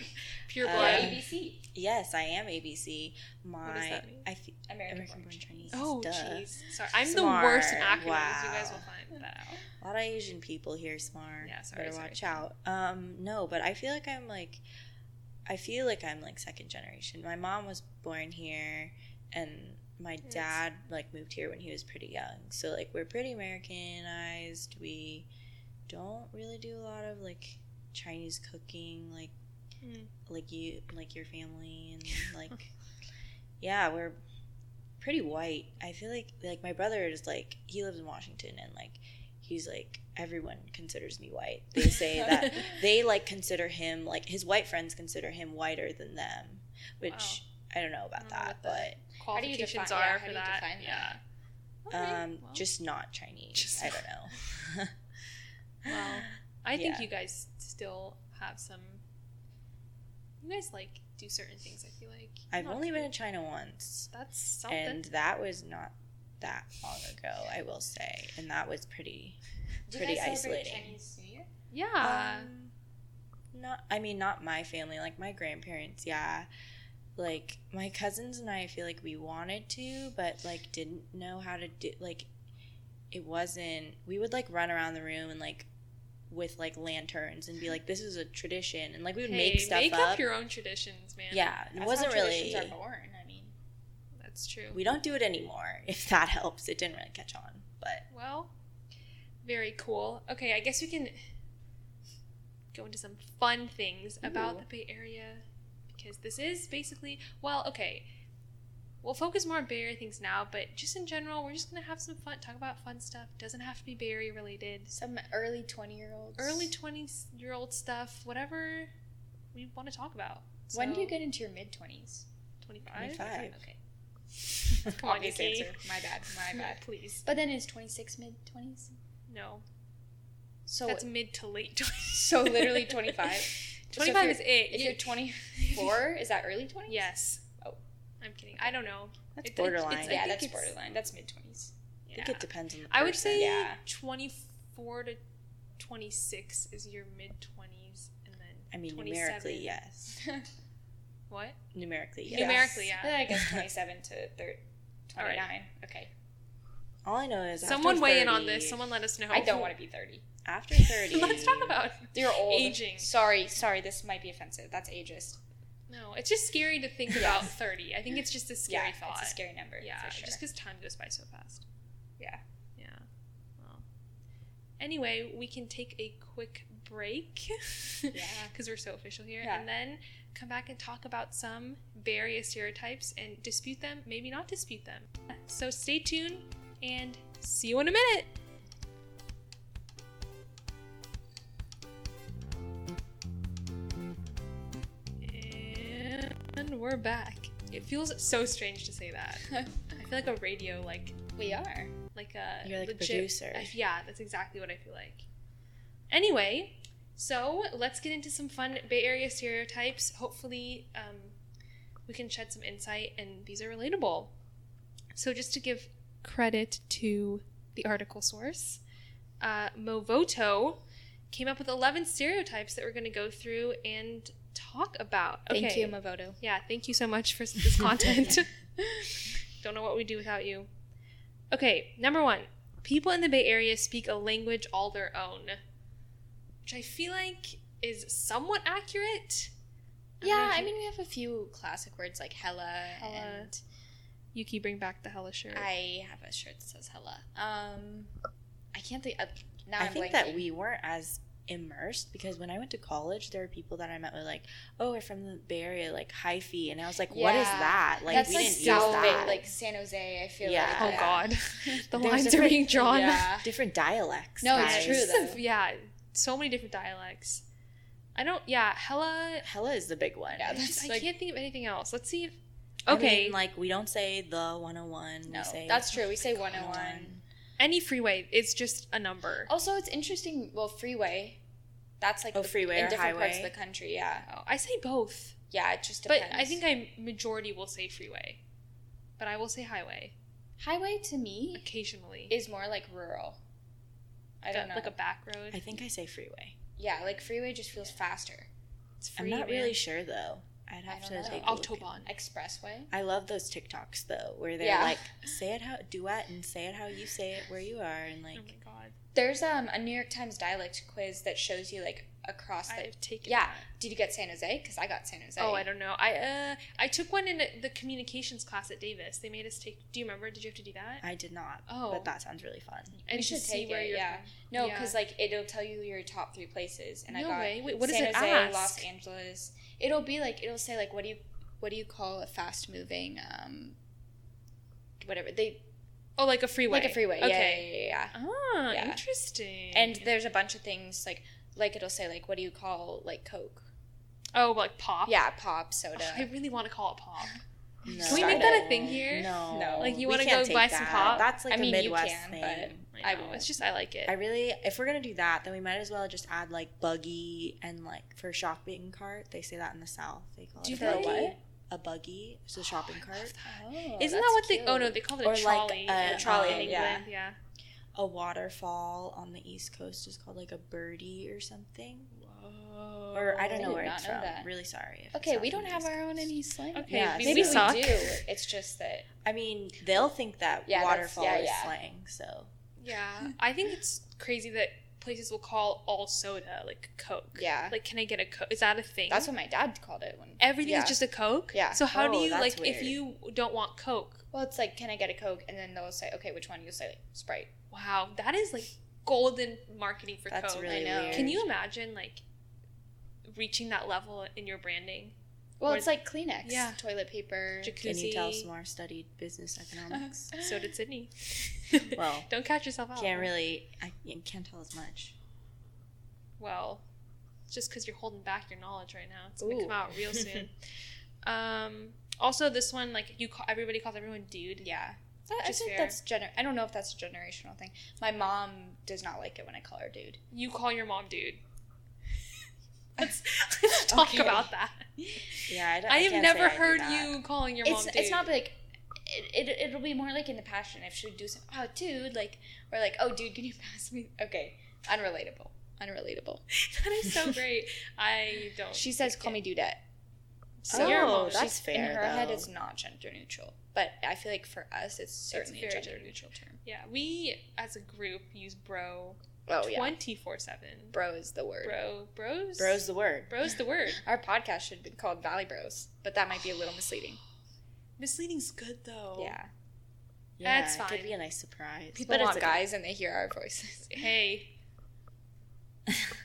Speaker 1: Pure
Speaker 2: Uh,
Speaker 3: You're
Speaker 1: blood.
Speaker 3: ABC.
Speaker 2: Yes, I am ABC. My
Speaker 1: does that mean?
Speaker 2: I fe-
Speaker 3: American,
Speaker 2: American born
Speaker 3: born
Speaker 2: Chinese.
Speaker 1: oh,
Speaker 2: duh.
Speaker 1: jeez. Sorry. I'm
Speaker 2: Smart.
Speaker 1: the worst in acronyms. You
Speaker 2: Wow.
Speaker 1: guys will find that out.
Speaker 2: A lot of Asian people here, smart.
Speaker 1: Yeah, sorry,
Speaker 2: Better
Speaker 1: sorry,
Speaker 2: watch
Speaker 1: sorry.
Speaker 2: out. Um, no, but I feel like I'm like, I feel like I'm like second generation. My mom was born here, and my
Speaker 1: Yes.
Speaker 2: dad like moved here when he was pretty young. So like we're pretty Americanized. We don't really do a lot of like Chinese cooking, like
Speaker 1: Mm.
Speaker 2: like you like your family and like yeah we're pretty white i feel like like my brother is like he lives in washington and like he's like everyone considers me white they say that they like consider him like his white friends consider him whiter than them which i don't know about
Speaker 1: I don't know
Speaker 2: that
Speaker 1: what
Speaker 2: but
Speaker 1: the
Speaker 3: do you
Speaker 1: Qualifications
Speaker 3: define- yeah,
Speaker 1: are
Speaker 3: how
Speaker 1: for
Speaker 3: do you
Speaker 1: that.
Speaker 3: define
Speaker 1: yeah.
Speaker 3: that?
Speaker 1: Okay,
Speaker 2: um
Speaker 1: well,
Speaker 2: just not chinese
Speaker 1: Just
Speaker 2: i don't know
Speaker 1: Wow. I think
Speaker 2: yeah.
Speaker 1: you guys still have some. You guys like do certain things. I feel like
Speaker 2: i've
Speaker 1: Not Oh,
Speaker 2: only been
Speaker 1: cool.
Speaker 2: to china once
Speaker 1: That's something.
Speaker 2: and that was not that long ago i will say and that was pretty
Speaker 3: Do
Speaker 2: pretty
Speaker 3: you guys celebrate
Speaker 2: isolating.
Speaker 3: Chinese New Year?
Speaker 1: yeah.
Speaker 2: Um, not, I mean, not my family, like my grandparents, yeah. Like my cousins and I, I feel like we wanted to, but like didn't know how to do. Like it wasn't. We would like run around the room and like with like lanterns and be like, "This is a tradition," and like we would
Speaker 1: hey,
Speaker 2: make stuff
Speaker 1: make
Speaker 2: up.
Speaker 1: up your own traditions, man.
Speaker 2: yeah, it
Speaker 3: That's
Speaker 2: wasn't
Speaker 3: how
Speaker 2: really.
Speaker 3: traditions are born. I mean,
Speaker 1: That's true.
Speaker 2: We don't do it anymore. If that helps, it didn't really catch on, but
Speaker 1: Well, very cool. Okay, I guess we can go into some fun things about
Speaker 3: Ooh.
Speaker 1: the Bay Area because this is basically, well, okay. We'll focus more on Bay Area things now, but just in general, we're just going to have some fun, talk about fun stuff. Doesn't have to be Bay Area related.
Speaker 3: some early twenty-year-olds.
Speaker 1: Early 20 year old stuff, whatever we want to talk about.
Speaker 3: when do you
Speaker 1: So,
Speaker 3: get into your mid twenties?
Speaker 1: 25?
Speaker 2: 25.
Speaker 1: Okay. Come on,
Speaker 3: Obvious
Speaker 1: Yuki.
Speaker 3: answer. My bad. My bad.
Speaker 1: Please.
Speaker 3: But then is twenty-six mid twenties?
Speaker 1: No.
Speaker 3: So
Speaker 1: That's mid to late 20s.
Speaker 3: so literally twenty-five. So if
Speaker 1: 25
Speaker 3: you're-
Speaker 1: is it.
Speaker 3: If
Speaker 1: You-
Speaker 3: you're twenty-four, is that early twenties?
Speaker 1: Yes.
Speaker 3: Oh.
Speaker 1: I'm kidding. I don't know.
Speaker 2: that's
Speaker 1: It- it-
Speaker 2: borderline.
Speaker 1: it's- I
Speaker 3: Yeah,
Speaker 1: think
Speaker 3: that's
Speaker 1: it's-
Speaker 3: borderline. That's mid twenties.
Speaker 2: I think it depends on the person.
Speaker 1: I would say
Speaker 3: Yeah.
Speaker 1: 24 to 26 is your mid 20s, and then
Speaker 2: I mean,
Speaker 1: 27.
Speaker 2: numerically, yes.
Speaker 1: What?
Speaker 2: Numerically, yes.
Speaker 3: Yeah.
Speaker 1: Numerically, yeah.
Speaker 3: Then I guess twenty-seven to thir-
Speaker 1: All right.
Speaker 3: twenty-nine. Okay.
Speaker 2: All I know is
Speaker 1: Someone
Speaker 2: after
Speaker 1: weigh
Speaker 2: 30,
Speaker 1: in on this. Someone let us know.
Speaker 3: I don't want to be thirty.
Speaker 2: after thirty.
Speaker 1: Let's talk about.
Speaker 3: You're old.
Speaker 1: Aging.
Speaker 3: Sorry, sorry. This might be offensive. That's ageist.
Speaker 1: No, it's just scary to think
Speaker 3: Yeah.
Speaker 1: about 30. I think it's just a scary
Speaker 3: yeah,
Speaker 1: thought.
Speaker 3: it's a scary number.
Speaker 1: yeah,
Speaker 3: for sure.
Speaker 1: just because time goes by so fast.
Speaker 3: Yeah.
Speaker 1: Yeah. Well. Anyway, we can take a quick break.
Speaker 3: Yeah.
Speaker 1: Because we're so official here.
Speaker 3: Yeah.
Speaker 1: And then come back and talk about some various stereotypes and dispute them, maybe not dispute them. So stay tuned and see you in a minute. And we're back. It feels so strange to say that. I feel like a radio like
Speaker 3: we are.
Speaker 1: like a
Speaker 2: You're like a
Speaker 1: legit-
Speaker 2: producer.
Speaker 1: I- yeah, that's exactly what I feel like. Anyway, so let's get into some fun Bay Area stereotypes. Hopefully, um, we can shed some insight, and these are relatable. So, just to give credit to the article source, uh, Movoto came up with 11 stereotypes that we're going to go through and talk about.
Speaker 3: Thank
Speaker 1: Okay.
Speaker 3: you, Mavoto.
Speaker 1: Yeah, thank you so much for this content. Don't know what we do without you. Okay, number one. People in the Bay Area speak a language all their own, which I feel like is somewhat accurate. I don't know
Speaker 3: Yeah,
Speaker 1: if
Speaker 3: I
Speaker 1: you-
Speaker 3: mean we have a few classic words like hella,
Speaker 1: Hella.
Speaker 3: and
Speaker 1: Yuki, bring back the hella shirt.
Speaker 3: I have a shirt that says hella. Um, I can't think. Uh, now
Speaker 2: I
Speaker 3: am
Speaker 2: think that we weren't as immersed because when I went to college, there were people that I met were like, "Oh, we're from the Bay Area, like hyphy," and I was like, "What is
Speaker 3: Yeah.
Speaker 2: that?" Like
Speaker 3: that's
Speaker 2: we
Speaker 3: like
Speaker 2: didn't use
Speaker 3: South Bay-
Speaker 2: that.
Speaker 3: like San Jose. I feel
Speaker 2: Yeah.
Speaker 3: like.
Speaker 1: oh
Speaker 3: yeah.
Speaker 1: God, the
Speaker 2: There's
Speaker 1: lines are
Speaker 2: different-
Speaker 1: being drawn.
Speaker 3: Yeah.
Speaker 2: different dialects.
Speaker 3: No, it's
Speaker 2: guys.
Speaker 3: true, though.
Speaker 1: yeah, so many different dialects. I don't. Yeah, hella.
Speaker 2: Hella is the big one.
Speaker 3: Yeah,
Speaker 1: I
Speaker 3: that's-
Speaker 1: just- I
Speaker 3: like-
Speaker 1: can't think of anything else. Let's see if.
Speaker 2: I
Speaker 1: Okay,
Speaker 2: mean, like we don't say the 101.
Speaker 3: No,
Speaker 2: we say
Speaker 3: that's true. We say 101.
Speaker 2: 101.
Speaker 1: any freeway is just a number.
Speaker 3: Also, it's interesting. Well, freeway. That's like
Speaker 2: Oh,
Speaker 3: the-
Speaker 2: freeway
Speaker 3: in
Speaker 2: or
Speaker 3: different parts of
Speaker 2: highway?
Speaker 3: the country. Yeah,
Speaker 1: Oh, I say both.
Speaker 3: yeah. It just depends.
Speaker 1: But I think I majority will say freeway, but I will say highway
Speaker 3: highway to
Speaker 1: E-
Speaker 3: me
Speaker 1: occasionally.
Speaker 3: is more like rural. I don't
Speaker 1: Like a-
Speaker 3: know.
Speaker 1: Like a back road.
Speaker 2: I think I say freeway.
Speaker 3: yeah, like freeway just feels faster.
Speaker 1: It's
Speaker 2: I'm
Speaker 1: free.
Speaker 2: not
Speaker 1: man.
Speaker 2: really sure though. I'd have
Speaker 3: I
Speaker 2: to
Speaker 3: don't know.
Speaker 2: take a look at-
Speaker 1: Autobahn.
Speaker 3: Expressway.
Speaker 2: I love those TikToks though, where they're
Speaker 3: Yeah.
Speaker 2: like, "Say it how duet and say it how you say it where you are," and
Speaker 1: Oh
Speaker 2: like,
Speaker 1: my god.
Speaker 3: There's um a New York Times dialect quiz that shows you like across the.
Speaker 1: I've taken.
Speaker 3: yeah.
Speaker 1: that.
Speaker 3: Did you get San Jose? Because I got San Jose.
Speaker 1: Oh, I don't know. I uh, I took one in the communications class at Davis. They made us take. Do you remember? Did you have to do that?
Speaker 2: I did not.
Speaker 1: Oh.
Speaker 2: but that sounds really fun.
Speaker 1: and
Speaker 3: we
Speaker 1: to
Speaker 3: should
Speaker 1: see
Speaker 3: take
Speaker 1: where
Speaker 3: it,
Speaker 1: you're
Speaker 3: yeah.
Speaker 1: from.
Speaker 3: No,
Speaker 1: Yeah.
Speaker 3: because like it'll tell you your top three places, and I
Speaker 1: no
Speaker 3: got
Speaker 1: way. Wait, what does
Speaker 3: San
Speaker 1: it
Speaker 3: Jose,
Speaker 1: ask?
Speaker 3: Los Angeles. It'll be like it'll say like what do you what do you call a fast moving um whatever they
Speaker 1: Oh, like a freeway.
Speaker 3: like a freeway. Yeah,
Speaker 1: Okay.
Speaker 3: Yeah, yeah, yeah,
Speaker 1: Ah,
Speaker 3: Yeah.
Speaker 1: interesting.
Speaker 3: yeah. And there's a bunch of things like like it'll say like what do you call like Coke?
Speaker 1: oh, like pop.
Speaker 3: Yeah, pop
Speaker 1: Ugh,
Speaker 3: soda.
Speaker 1: I really want to call it pop.
Speaker 2: No.
Speaker 1: Can we make
Speaker 3: Stop
Speaker 1: that a
Speaker 3: it.
Speaker 1: thing here?
Speaker 2: No,
Speaker 3: No. Like,
Speaker 1: you
Speaker 2: We
Speaker 1: wanna
Speaker 2: can't
Speaker 1: go
Speaker 2: take
Speaker 1: buy some
Speaker 2: that.
Speaker 1: pop?
Speaker 2: That's like
Speaker 3: I
Speaker 2: a
Speaker 3: mean, you
Speaker 2: Midwest
Speaker 3: can,
Speaker 2: thing.
Speaker 1: I,
Speaker 3: I
Speaker 1: know.
Speaker 3: will.
Speaker 1: It's just I like it.
Speaker 2: I really, if we're gonna do that, then we might as well just add like buggy and like for shopping cart. They say that in the South. They call
Speaker 1: Do you
Speaker 2: it
Speaker 1: think-
Speaker 2: a buggy. A buggy, so
Speaker 1: Oh,
Speaker 2: shopping
Speaker 1: I love
Speaker 2: cart.
Speaker 1: that.
Speaker 3: Oh,
Speaker 1: Isn't that
Speaker 3: that's
Speaker 1: what they? Oh no,
Speaker 3: cute.
Speaker 1: they call it
Speaker 2: Or
Speaker 1: a
Speaker 2: like
Speaker 1: trolley.
Speaker 2: a-
Speaker 1: in trolley in
Speaker 2: um,
Speaker 1: England.
Speaker 3: yeah.
Speaker 1: yeah.
Speaker 2: A waterfall on the East Coast is called like a birdie or something.
Speaker 1: Whoa.
Speaker 2: Or I don't
Speaker 3: I
Speaker 2: know
Speaker 3: did
Speaker 2: where
Speaker 3: not
Speaker 2: it's
Speaker 3: know
Speaker 2: from.
Speaker 3: that.
Speaker 2: Really sorry. if it's
Speaker 3: Okay,
Speaker 2: not
Speaker 3: we
Speaker 2: from
Speaker 3: don't
Speaker 2: the
Speaker 3: have
Speaker 2: East
Speaker 3: our own
Speaker 2: Coast.
Speaker 3: in East Lang.
Speaker 1: Okay,
Speaker 2: Yeah,
Speaker 1: maybe
Speaker 2: so-
Speaker 3: Maybe we
Speaker 1: we suck.
Speaker 3: do. It's just that
Speaker 2: I mean, they'll think that
Speaker 3: Yeah, that's-
Speaker 2: waterfall
Speaker 3: yeah,
Speaker 2: is
Speaker 3: yeah.
Speaker 2: slang. So
Speaker 1: Yeah, I think it's crazy that places will call all soda like Coke.
Speaker 3: yeah,
Speaker 1: Like, can I get a Coke? Is that a thing?
Speaker 3: that's what my dad called it when
Speaker 1: Everything's
Speaker 3: yeah.
Speaker 1: just a Coke.
Speaker 3: Yeah.
Speaker 1: So how do
Speaker 2: Oh,
Speaker 1: you
Speaker 2: that's
Speaker 1: like if
Speaker 2: weird.
Speaker 1: you don't want Coke?
Speaker 3: Well, it's like, can I get a Coke? And then they'll say, okay, which one? You'll say like, Sprite.
Speaker 1: Wow, that is like golden marketing for
Speaker 2: that's
Speaker 1: Coke.
Speaker 2: really
Speaker 3: I know.
Speaker 2: weird.
Speaker 1: Can you imagine like reaching that level in your branding?
Speaker 3: Well,
Speaker 1: Or-
Speaker 3: it's like Kleenex,
Speaker 1: Yeah.
Speaker 3: toilet paper.
Speaker 1: Jacuzzi.
Speaker 2: Can you tell Samar studied business economics?
Speaker 1: So did Sydney.
Speaker 2: well,
Speaker 1: don't catch yourself out.
Speaker 2: can't really. I I can't tell as much.
Speaker 1: Well, just because you're holding back your knowledge right now, it's gonna
Speaker 3: Ooh.
Speaker 1: come out real soon. um, also, this one, like you, call, everybody calls everyone dude.
Speaker 3: Yeah. That- I
Speaker 1: Which is
Speaker 3: think
Speaker 1: fair.
Speaker 3: that's gener. I don't know if that's a generational thing. My mom does not like it when I call her dude.
Speaker 1: You call your mom dude. let's, let's talk
Speaker 3: Okay.
Speaker 1: about that.
Speaker 2: Yeah, I, don't,
Speaker 1: I have
Speaker 2: can't
Speaker 1: never
Speaker 2: say I do
Speaker 1: heard
Speaker 2: that.
Speaker 1: you calling your
Speaker 3: It's
Speaker 1: mom dude.
Speaker 3: it's not like it, it it'll be more like in the passion if she would do something. Oh, dude, like or like oh, dude, can you pass me? Okay, unrelatable, unrelatable.
Speaker 1: that is so great. I don't.
Speaker 3: She says, call me dudette.
Speaker 1: So your
Speaker 2: oh,
Speaker 1: mom-
Speaker 2: that's
Speaker 3: In
Speaker 2: fair.
Speaker 3: her head,
Speaker 2: though.
Speaker 3: it's not gender neutral, but I feel like for us, it's certainly
Speaker 1: very
Speaker 3: a gender
Speaker 1: gender
Speaker 3: neutral term.
Speaker 1: Yeah, we as a group use bro
Speaker 3: Oh yeah,
Speaker 1: twenty four seven.
Speaker 3: bro is the word.
Speaker 1: Bro, bros,
Speaker 2: bro's the word.
Speaker 1: bros. The word
Speaker 3: Our podcast should have been called Valley Bros, but that might be a little misleading.
Speaker 1: Oh. misleading's good though.
Speaker 3: Yeah.
Speaker 2: Yeah,
Speaker 1: That's
Speaker 2: It
Speaker 1: fine.
Speaker 2: could be a nice surprise.
Speaker 3: People
Speaker 2: it's
Speaker 3: want
Speaker 2: a-
Speaker 3: guys and they hear our voices.
Speaker 1: Hey,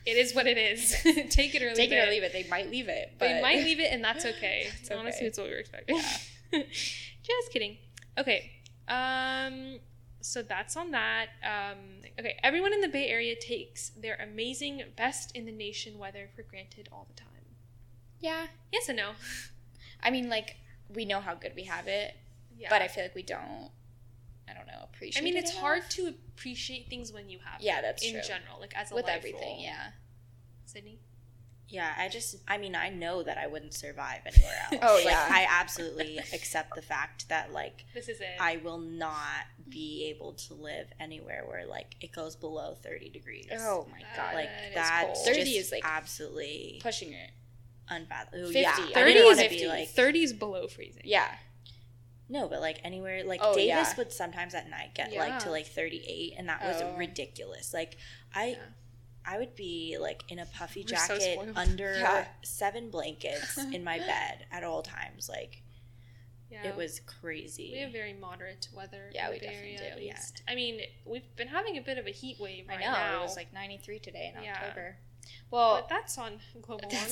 Speaker 1: it is what it is. Take it or leave
Speaker 3: Take
Speaker 1: it.
Speaker 3: it or leave it. They might leave it, but
Speaker 1: They might leave it, and that's okay.
Speaker 3: It's
Speaker 1: Honestly,
Speaker 3: okay.
Speaker 1: it's what we were expecting. Just kidding. Okay. Um. So that's on that. Um, okay. Everyone in the Bay Area takes their amazing, best in the nation weather for granted all the time.
Speaker 3: Yeah,
Speaker 1: Yes and no.
Speaker 3: I mean, like we know how good we have it,
Speaker 1: Yeah.
Speaker 3: but I feel like we don't. I don't know. Appreciate.
Speaker 1: I mean,
Speaker 3: it
Speaker 1: it's
Speaker 3: enough.
Speaker 1: hard to appreciate things when you have.
Speaker 3: Yeah,
Speaker 1: them
Speaker 3: that's
Speaker 1: in
Speaker 3: true.
Speaker 1: general, like as a
Speaker 3: with
Speaker 1: life
Speaker 3: everything.
Speaker 1: rule.
Speaker 3: Yeah.
Speaker 1: Sydney.
Speaker 2: Yeah, I just, I mean, I know that I wouldn't survive anywhere else.
Speaker 3: Oh,
Speaker 2: Like,
Speaker 3: yeah.
Speaker 2: I absolutely accept the fact that, like,
Speaker 1: This is it.
Speaker 2: I will not be able to live anywhere where, like, it goes below 30 degrees.
Speaker 3: Oh my god,
Speaker 2: like,
Speaker 1: that is
Speaker 2: that's
Speaker 1: cold.
Speaker 2: just
Speaker 3: 30 is, like,
Speaker 2: absolutely
Speaker 3: pushing it.
Speaker 2: unfathomable.
Speaker 3: 50.
Speaker 2: Yeah,
Speaker 3: I
Speaker 2: I
Speaker 1: 30
Speaker 2: didn't
Speaker 1: is
Speaker 2: want to
Speaker 1: 50.
Speaker 2: be like
Speaker 1: 30 is below freezing.
Speaker 3: Yeah,
Speaker 2: No, but like anywhere, like
Speaker 3: Oh,
Speaker 2: Davis
Speaker 3: yeah.
Speaker 2: would sometimes at night get like
Speaker 1: Yeah.
Speaker 2: to like 38, and that was
Speaker 3: Oh.
Speaker 2: ridiculous. Like, I,
Speaker 1: Yeah.
Speaker 2: I would be like in a puffy
Speaker 1: We're so
Speaker 2: jacket
Speaker 1: spoiled.
Speaker 2: under
Speaker 3: Yeah.
Speaker 2: seven blankets in my bed at all times. Like,
Speaker 1: Yeah.
Speaker 2: it was crazy.
Speaker 1: We have very moderate weather.
Speaker 3: Yeah,
Speaker 1: in
Speaker 3: we
Speaker 1: the Bay
Speaker 3: definitely
Speaker 1: Area,
Speaker 3: do,
Speaker 1: At
Speaker 2: yeah.
Speaker 1: least. I mean, we've been having a bit of a heat wave right
Speaker 3: I know.
Speaker 1: now.
Speaker 3: It was like 93 today in
Speaker 1: Yeah.
Speaker 3: October. Well,
Speaker 1: but that's on global
Speaker 3: that's-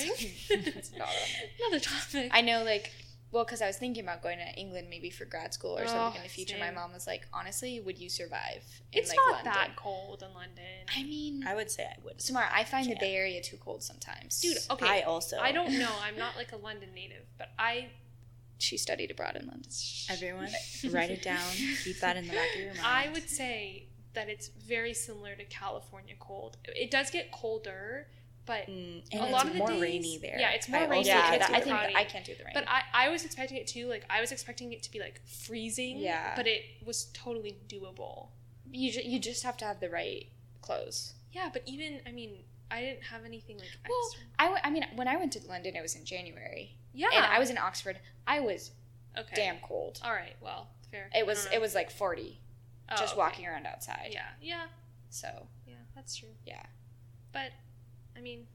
Speaker 1: warming.
Speaker 3: that's not on there.
Speaker 1: Another topic.
Speaker 3: I know, like, well, because I was thinking about going to England maybe for grad school or something
Speaker 1: Oh,
Speaker 3: in the future. My
Speaker 1: same.
Speaker 3: mom was like, honestly, would you survive? In,
Speaker 1: it's
Speaker 3: like,
Speaker 1: not
Speaker 3: London?
Speaker 1: that cold in London.
Speaker 3: I mean,
Speaker 2: I would say I would.
Speaker 3: Samara, I find the
Speaker 2: Yeah.
Speaker 3: Bay Area too cold sometimes.
Speaker 1: Dude, okay.
Speaker 2: I
Speaker 1: I,
Speaker 2: also.
Speaker 1: don't know. I'm not like a London native, but I
Speaker 3: she studied abroad in London.
Speaker 2: Everyone, write it down. Keep that in the back of your mind.
Speaker 1: I would say that it's very similar to California cold. It does get colder, but
Speaker 2: Mm,
Speaker 1: A
Speaker 2: and it's
Speaker 1: lot of the
Speaker 2: more
Speaker 1: days-
Speaker 2: rainy there.
Speaker 1: yeah, it's more rainy
Speaker 2: also
Speaker 1: there.
Speaker 3: yeah,
Speaker 2: can't
Speaker 3: that,
Speaker 2: do
Speaker 3: I
Speaker 2: it.
Speaker 3: think
Speaker 1: Friday.
Speaker 3: I can't do the rain.
Speaker 1: But I, I was expecting it too. Like I was expecting it to be like freezing.
Speaker 3: Yeah.
Speaker 1: But it was totally doable.
Speaker 3: you ju- you just have to have the right clothes.
Speaker 1: Yeah, but even I mean, I didn't have anything like.
Speaker 3: Well,
Speaker 1: extra.
Speaker 3: I, w- I mean, when I went to London, it was in January,
Speaker 1: yeah.
Speaker 3: and I was in Oxford. I was
Speaker 1: okay.
Speaker 3: damn cold.
Speaker 1: All right. Well, fair.
Speaker 3: It was it was like 40 just walking around outside.
Speaker 1: Oh, Yeah. Yeah.
Speaker 3: So
Speaker 1: Yeah. That's true.
Speaker 3: yeah.
Speaker 1: But, I mean,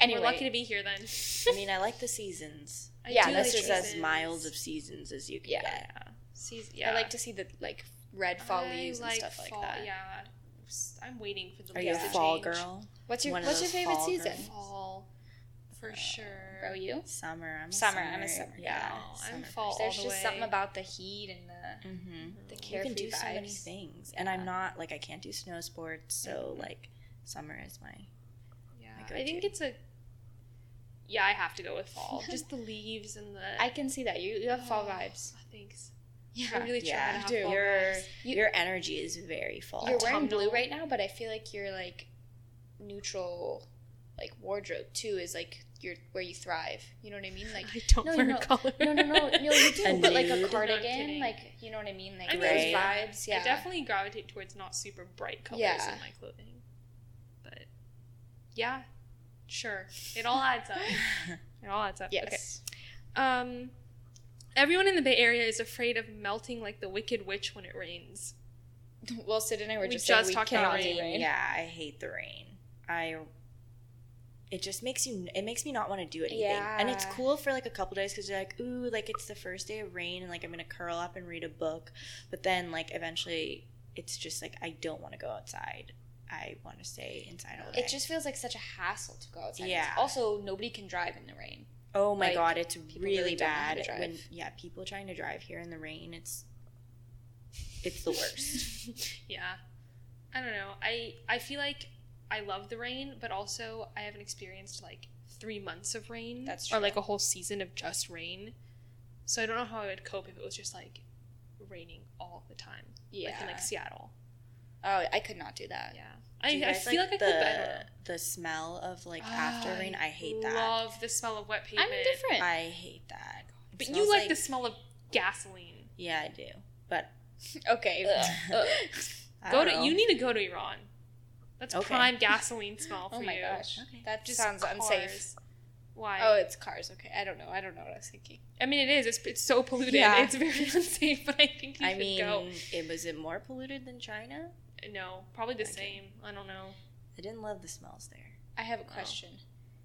Speaker 3: Anyway,
Speaker 1: we're lucky to be here then.
Speaker 2: I mean, I like the seasons.
Speaker 1: I
Speaker 3: Yeah,
Speaker 1: do
Speaker 3: that's
Speaker 2: This
Speaker 1: like
Speaker 2: is as
Speaker 1: seasons.
Speaker 2: miles of seasons as you can
Speaker 3: Yeah.
Speaker 2: get.
Speaker 1: Seas- yeah.
Speaker 3: I like to see the like red fall
Speaker 1: I
Speaker 3: leaves
Speaker 1: like
Speaker 3: and stuff
Speaker 1: fall-
Speaker 3: like that.
Speaker 1: Yeah. I'm waiting for the
Speaker 2: Are you
Speaker 1: leaves
Speaker 2: a
Speaker 1: to
Speaker 2: fall
Speaker 1: change.
Speaker 2: girl?
Speaker 3: What's your
Speaker 2: One of
Speaker 3: What's your
Speaker 2: those
Speaker 3: favorite
Speaker 2: fall
Speaker 3: season?
Speaker 2: girls.
Speaker 1: Fall, for sure.
Speaker 3: Oh, Bro, you?
Speaker 2: Summer. I'm a
Speaker 3: Summer, I'm a summer
Speaker 2: Yeah,
Speaker 3: girl.
Speaker 1: Oh,
Speaker 2: summer
Speaker 1: I'm fall.
Speaker 3: There's
Speaker 1: all
Speaker 3: just
Speaker 1: the
Speaker 3: something
Speaker 1: way.
Speaker 3: about the heat and the
Speaker 2: Mm-hmm.
Speaker 3: the
Speaker 1: Mhm.
Speaker 2: You can
Speaker 3: carefree
Speaker 2: do
Speaker 3: vibes.
Speaker 2: so many things, and
Speaker 3: Yeah.
Speaker 2: I'm not like I can't do snow sports, so
Speaker 3: Mhm.
Speaker 1: Mm-hmm.
Speaker 2: like summer is my.
Speaker 1: Yeah,
Speaker 2: my
Speaker 1: I think
Speaker 2: go-to.
Speaker 1: it's a. Yeah, I have to go with fall. Just the leaves and the.
Speaker 3: I can see that you you have fall
Speaker 1: Oh,
Speaker 3: vibes.
Speaker 1: Thanks. I
Speaker 3: Yeah.
Speaker 1: really try
Speaker 2: Yeah,
Speaker 1: to have
Speaker 3: you do.
Speaker 1: fall
Speaker 2: Your
Speaker 1: vibes.
Speaker 3: You-
Speaker 2: your energy is very fall.
Speaker 3: You're wearing blue
Speaker 1: Autumnal.
Speaker 3: right now, but I feel like your like neutral like wardrobe too is like your where you thrive. You know what I mean? Like
Speaker 1: I don't
Speaker 3: No,
Speaker 1: wear
Speaker 3: no.
Speaker 1: color.
Speaker 3: no, no, no, no, you do,
Speaker 2: A
Speaker 3: but like a
Speaker 2: nude?
Speaker 1: No, I'm
Speaker 3: cardigan,
Speaker 1: kidding.
Speaker 3: like you know what I mean, like
Speaker 1: I mean,
Speaker 3: those
Speaker 2: yeah.
Speaker 3: vibes. Yeah,
Speaker 1: I definitely gravitate towards not super bright colors
Speaker 3: Yeah.
Speaker 1: in my clothing, but yeah, sure, it all adds up. It all adds up.
Speaker 3: yes.
Speaker 1: Okay. Um, everyone in the Bay Area is afraid of melting like the Wicked Witch when it rains.
Speaker 3: Well, Sid and I were
Speaker 1: We
Speaker 3: just,
Speaker 1: just
Speaker 3: saying
Speaker 1: talked
Speaker 3: we
Speaker 1: about
Speaker 3: cannot
Speaker 1: rain.
Speaker 3: do rain.
Speaker 2: Yeah, I hate the rain. I it just makes you it makes me not want to do anything. And it's
Speaker 3: Yeah.
Speaker 2: cool for like a couple days cuz you're like, "Ooh, like it's the first day of rain and like I'm going to curl up and read a book." But then like eventually it's just like I don't want to go outside. I want to stay inside all day.
Speaker 3: It just feels like such a hassle to go outside.
Speaker 2: Yeah.
Speaker 3: It's Also, nobody can drive in the rain.
Speaker 2: oh my
Speaker 3: like,
Speaker 2: god, it's
Speaker 3: really
Speaker 2: really,
Speaker 3: don't know how
Speaker 2: bad
Speaker 3: to
Speaker 2: when
Speaker 3: drive.
Speaker 2: yeah, people trying to drive here in the rain, it's it's the worst.
Speaker 1: yeah, I don't know. I I feel like I love the rain, but also I haven't experienced like three months of rain.
Speaker 3: That's
Speaker 1: Or
Speaker 3: true.
Speaker 1: like a whole season of just rain. So I don't know how I would cope if it was just like raining all the time,
Speaker 3: Yeah.
Speaker 1: like in like Seattle.
Speaker 3: oh, I could not do that.
Speaker 1: Yeah,
Speaker 2: Do you
Speaker 1: I, I
Speaker 2: guys
Speaker 1: feel like, I could. But I don't know.
Speaker 2: the, the smell of like after
Speaker 1: Ah,
Speaker 2: rain, I hate that.
Speaker 1: Love the smell of wet pavement.
Speaker 3: I'm different.
Speaker 2: I hate that. It
Speaker 1: But you
Speaker 2: smells
Speaker 1: like, the smell of gasoline.
Speaker 2: Yeah, I do. But
Speaker 3: okay.
Speaker 2: Ugh.
Speaker 3: Ugh.
Speaker 2: I
Speaker 1: Go
Speaker 2: don't
Speaker 1: to
Speaker 2: know.
Speaker 1: you need to go to Iran. That's
Speaker 2: Okay.
Speaker 1: prime gasoline smell for
Speaker 3: Oh my
Speaker 1: you.
Speaker 3: gosh.
Speaker 2: Okay.
Speaker 3: That
Speaker 1: Just
Speaker 3: sounds unsafe.
Speaker 1: cars. Why?
Speaker 3: Oh, it's cars. Okay. I don't know. I don't know what I was thinking.
Speaker 1: I mean, it is. It's, it's so polluted.
Speaker 3: Yeah.
Speaker 1: It's very unsafe. But I think you
Speaker 2: I
Speaker 1: should
Speaker 2: mean,
Speaker 1: go.
Speaker 2: it was it more polluted than China?
Speaker 1: No, probably the
Speaker 2: Okay.
Speaker 1: same. I don't know.
Speaker 2: I didn't love the smells there.
Speaker 3: I have a
Speaker 2: Oh.
Speaker 3: question.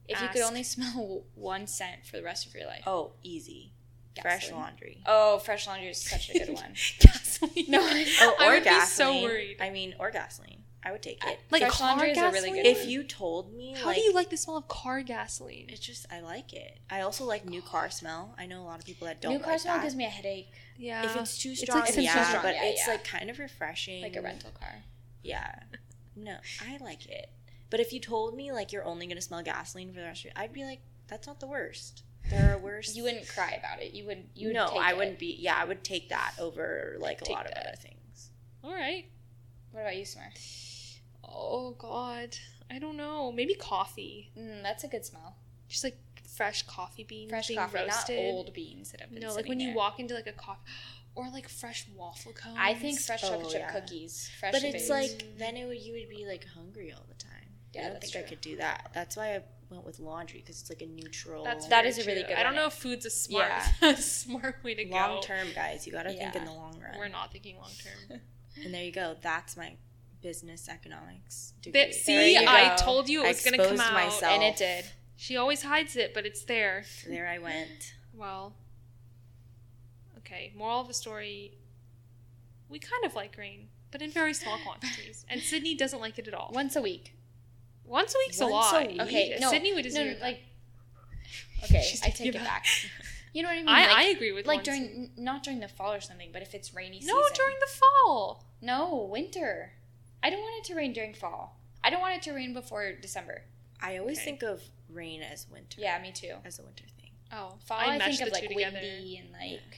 Speaker 3: If you could
Speaker 1: Ask.
Speaker 3: only smell one scent for the rest of your life,
Speaker 2: Oh, easy. Oh, Fresh
Speaker 3: Gasoline.
Speaker 2: laundry.
Speaker 3: Oh, fresh laundry is such a good one.
Speaker 1: gasoline.
Speaker 3: No,
Speaker 2: Oh,
Speaker 1: I
Speaker 2: or
Speaker 1: would be so
Speaker 2: gasoline.
Speaker 1: worried.
Speaker 2: I mean, or gasoline. I would take it.
Speaker 1: like
Speaker 3: fresh
Speaker 1: car
Speaker 3: laundry is a really good
Speaker 1: gasoline?
Speaker 2: if you told me,
Speaker 1: How
Speaker 2: like,
Speaker 1: do you like the smell of car gasoline?
Speaker 2: It's just I like it. I also like new car smell. I know a lot of people that don't
Speaker 3: New car
Speaker 2: like
Speaker 3: smell
Speaker 2: that.
Speaker 3: gives uh, me a headache,
Speaker 1: Yeah.
Speaker 2: if it's too
Speaker 1: It's
Speaker 2: strong,
Speaker 1: like some
Speaker 2: yeah,
Speaker 1: too strong,
Speaker 2: but
Speaker 3: yeah,
Speaker 2: it's
Speaker 3: yeah.
Speaker 2: like kind of refreshing.
Speaker 3: like a rental car.
Speaker 2: Yeah. No, I like it. But if you told me like you're only gonna smell gasoline for the rest of your, I'd be like, that's not the worst. There are worse.
Speaker 3: You wouldn't cry about it. You would. You would
Speaker 2: no,
Speaker 3: take
Speaker 2: I
Speaker 3: it.
Speaker 2: wouldn't be. Yeah, I would take that over like a
Speaker 3: Take
Speaker 2: lot of
Speaker 3: that.
Speaker 2: other things.
Speaker 1: All right.
Speaker 3: What about you, Smar?
Speaker 1: Oh God, I don't know. Maybe coffee.
Speaker 3: Mm, that's a good smell.
Speaker 1: Just like fresh coffee beans
Speaker 3: Fresh
Speaker 1: being
Speaker 3: coffee,
Speaker 1: roasted.
Speaker 3: not old beans that have been
Speaker 1: no, like
Speaker 3: sitting
Speaker 1: when you
Speaker 3: there.
Speaker 1: walk into like a coffee, or like fresh waffle cones.
Speaker 3: I think fresh
Speaker 2: Oh,
Speaker 3: chocolate chip
Speaker 2: yeah.
Speaker 3: cookies. Fresh
Speaker 2: but it's
Speaker 3: baked.
Speaker 2: like
Speaker 1: Mm.
Speaker 2: then it would, you would be like hungry all the time.
Speaker 3: Yeah,
Speaker 2: I don't
Speaker 3: that's
Speaker 2: think I
Speaker 3: true.
Speaker 2: could do that. That's why I went with laundry because it's like a neutral.
Speaker 1: That's
Speaker 3: That
Speaker 1: very
Speaker 3: is a really
Speaker 1: true.
Speaker 3: good
Speaker 1: I don't
Speaker 3: one.
Speaker 1: know if food's a smart, smart way to
Speaker 2: long
Speaker 1: go.
Speaker 2: term, guys. You gotta think
Speaker 3: Yeah.
Speaker 2: in the long run.
Speaker 1: We're not thinking long term.
Speaker 2: And there you go. That's my business economics degree.
Speaker 1: That, see,
Speaker 3: There you
Speaker 1: I
Speaker 3: go.
Speaker 1: told you it
Speaker 2: I
Speaker 1: was gonna come
Speaker 2: exposed
Speaker 1: out,
Speaker 2: myself.
Speaker 3: and it did.
Speaker 1: She always hides it, but it's there.
Speaker 2: there I went.
Speaker 1: Well, okay. Moral of the story: we kind of like rain, but in very small quantities, and Sydney doesn't like it at all.
Speaker 3: Once a week.
Speaker 1: Once a week's a
Speaker 2: Once a
Speaker 1: lot.
Speaker 2: week?
Speaker 3: Okay, no,
Speaker 1: Sydney would
Speaker 3: no,
Speaker 1: no,
Speaker 3: no, like. Okay,
Speaker 1: She's
Speaker 3: I take it
Speaker 1: giving up.
Speaker 3: back. You know what I mean?
Speaker 1: I,
Speaker 3: like,
Speaker 1: I agree with
Speaker 3: like
Speaker 1: once
Speaker 3: during
Speaker 1: a-
Speaker 3: n- not during the fall or something, but if it's rainy season.
Speaker 1: no during the fall.
Speaker 3: no winter. I don't want it to rain during fall. I don't want it to rain before December.
Speaker 2: I always
Speaker 1: Okay.
Speaker 2: think of rain as winter.
Speaker 3: Yeah, me too.
Speaker 2: As a winter thing.
Speaker 1: Oh,
Speaker 3: Fall, I,
Speaker 1: mashed
Speaker 3: think of
Speaker 1: the two
Speaker 3: like
Speaker 1: together.
Speaker 3: windy and like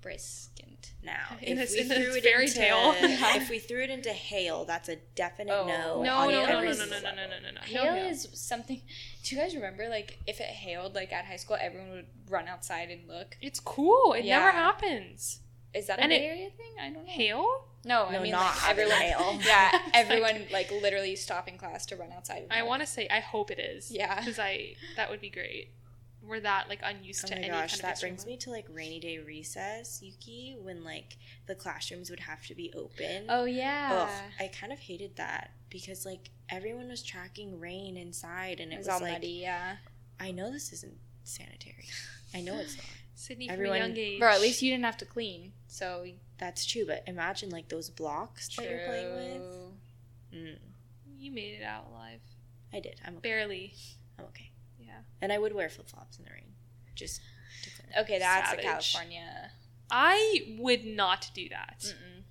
Speaker 3: brisk and
Speaker 2: Now,
Speaker 1: In
Speaker 2: if
Speaker 1: this-
Speaker 2: we
Speaker 1: in this
Speaker 2: threw it
Speaker 1: fairy
Speaker 2: into
Speaker 1: tale.
Speaker 2: if we threw it into hail, that's a definite
Speaker 3: Oh,
Speaker 2: no.
Speaker 1: No,
Speaker 2: on
Speaker 1: no, no, no,
Speaker 2: every
Speaker 1: no, no, no,
Speaker 2: single
Speaker 1: no, no,
Speaker 2: level.
Speaker 1: no, no.
Speaker 3: Hail
Speaker 1: no.
Speaker 3: is something. Do you guys remember, like, if it hailed, like at high school, everyone would run outside and look?
Speaker 1: It's cool. It never
Speaker 3: Yeah.
Speaker 1: happens.
Speaker 3: Is that a
Speaker 1: And
Speaker 3: Bay
Speaker 1: it-
Speaker 3: Area thing? I don't know.
Speaker 1: Hail?
Speaker 3: No, I
Speaker 2: No,
Speaker 3: mean,
Speaker 2: not
Speaker 3: like, everyone.
Speaker 2: hail.
Speaker 3: Yeah,
Speaker 1: It's like-
Speaker 3: everyone like literally stopping class to run outside. and
Speaker 1: I
Speaker 3: look.
Speaker 1: want to say. I hope it is.
Speaker 3: Yeah.
Speaker 1: Because I that would be great. We're that like unused to
Speaker 2: Oh my
Speaker 1: any
Speaker 2: gosh,
Speaker 1: kind of
Speaker 2: that
Speaker 1: extreme
Speaker 2: brings me to like rainy day recess, Yuki, when like the classrooms would have to be open.
Speaker 3: Oh yeah.
Speaker 2: Ugh, I kind of hated that because like everyone was tracking rain inside, and
Speaker 3: It
Speaker 2: it
Speaker 3: was,
Speaker 2: was,
Speaker 3: all
Speaker 2: like
Speaker 3: muddy. Yeah.
Speaker 2: I know this isn't sanitary. I know it's not.
Speaker 1: Sydney
Speaker 2: everyone-
Speaker 1: from a young age.
Speaker 3: Bro, at least you didn't have to clean. So
Speaker 2: That's true, but imagine like those blocks that you're playing with.
Speaker 3: True.
Speaker 2: Mm,
Speaker 1: you made it out alive.
Speaker 2: I did. I'm okay.
Speaker 1: Barely.
Speaker 2: I'm okay.
Speaker 1: Yeah.
Speaker 2: And I would wear flip flops in the rain. Just to clarify.
Speaker 3: Okay, that's
Speaker 1: Savage.
Speaker 3: a California.
Speaker 1: I would not do that.
Speaker 3: Mm-mm.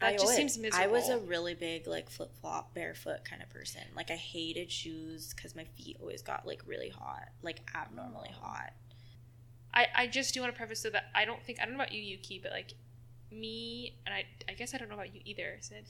Speaker 1: That
Speaker 2: I
Speaker 1: just
Speaker 2: would.
Speaker 1: seems miserable.
Speaker 2: I was a really big like flip flop barefoot kind of person. Like I hated shoes because my feet always got like really hot, like abnormally hot.
Speaker 1: I, I just do want to preface so that I don't think I don't know about you, Yuki, but like me and I I guess I don't know about you either, Sid.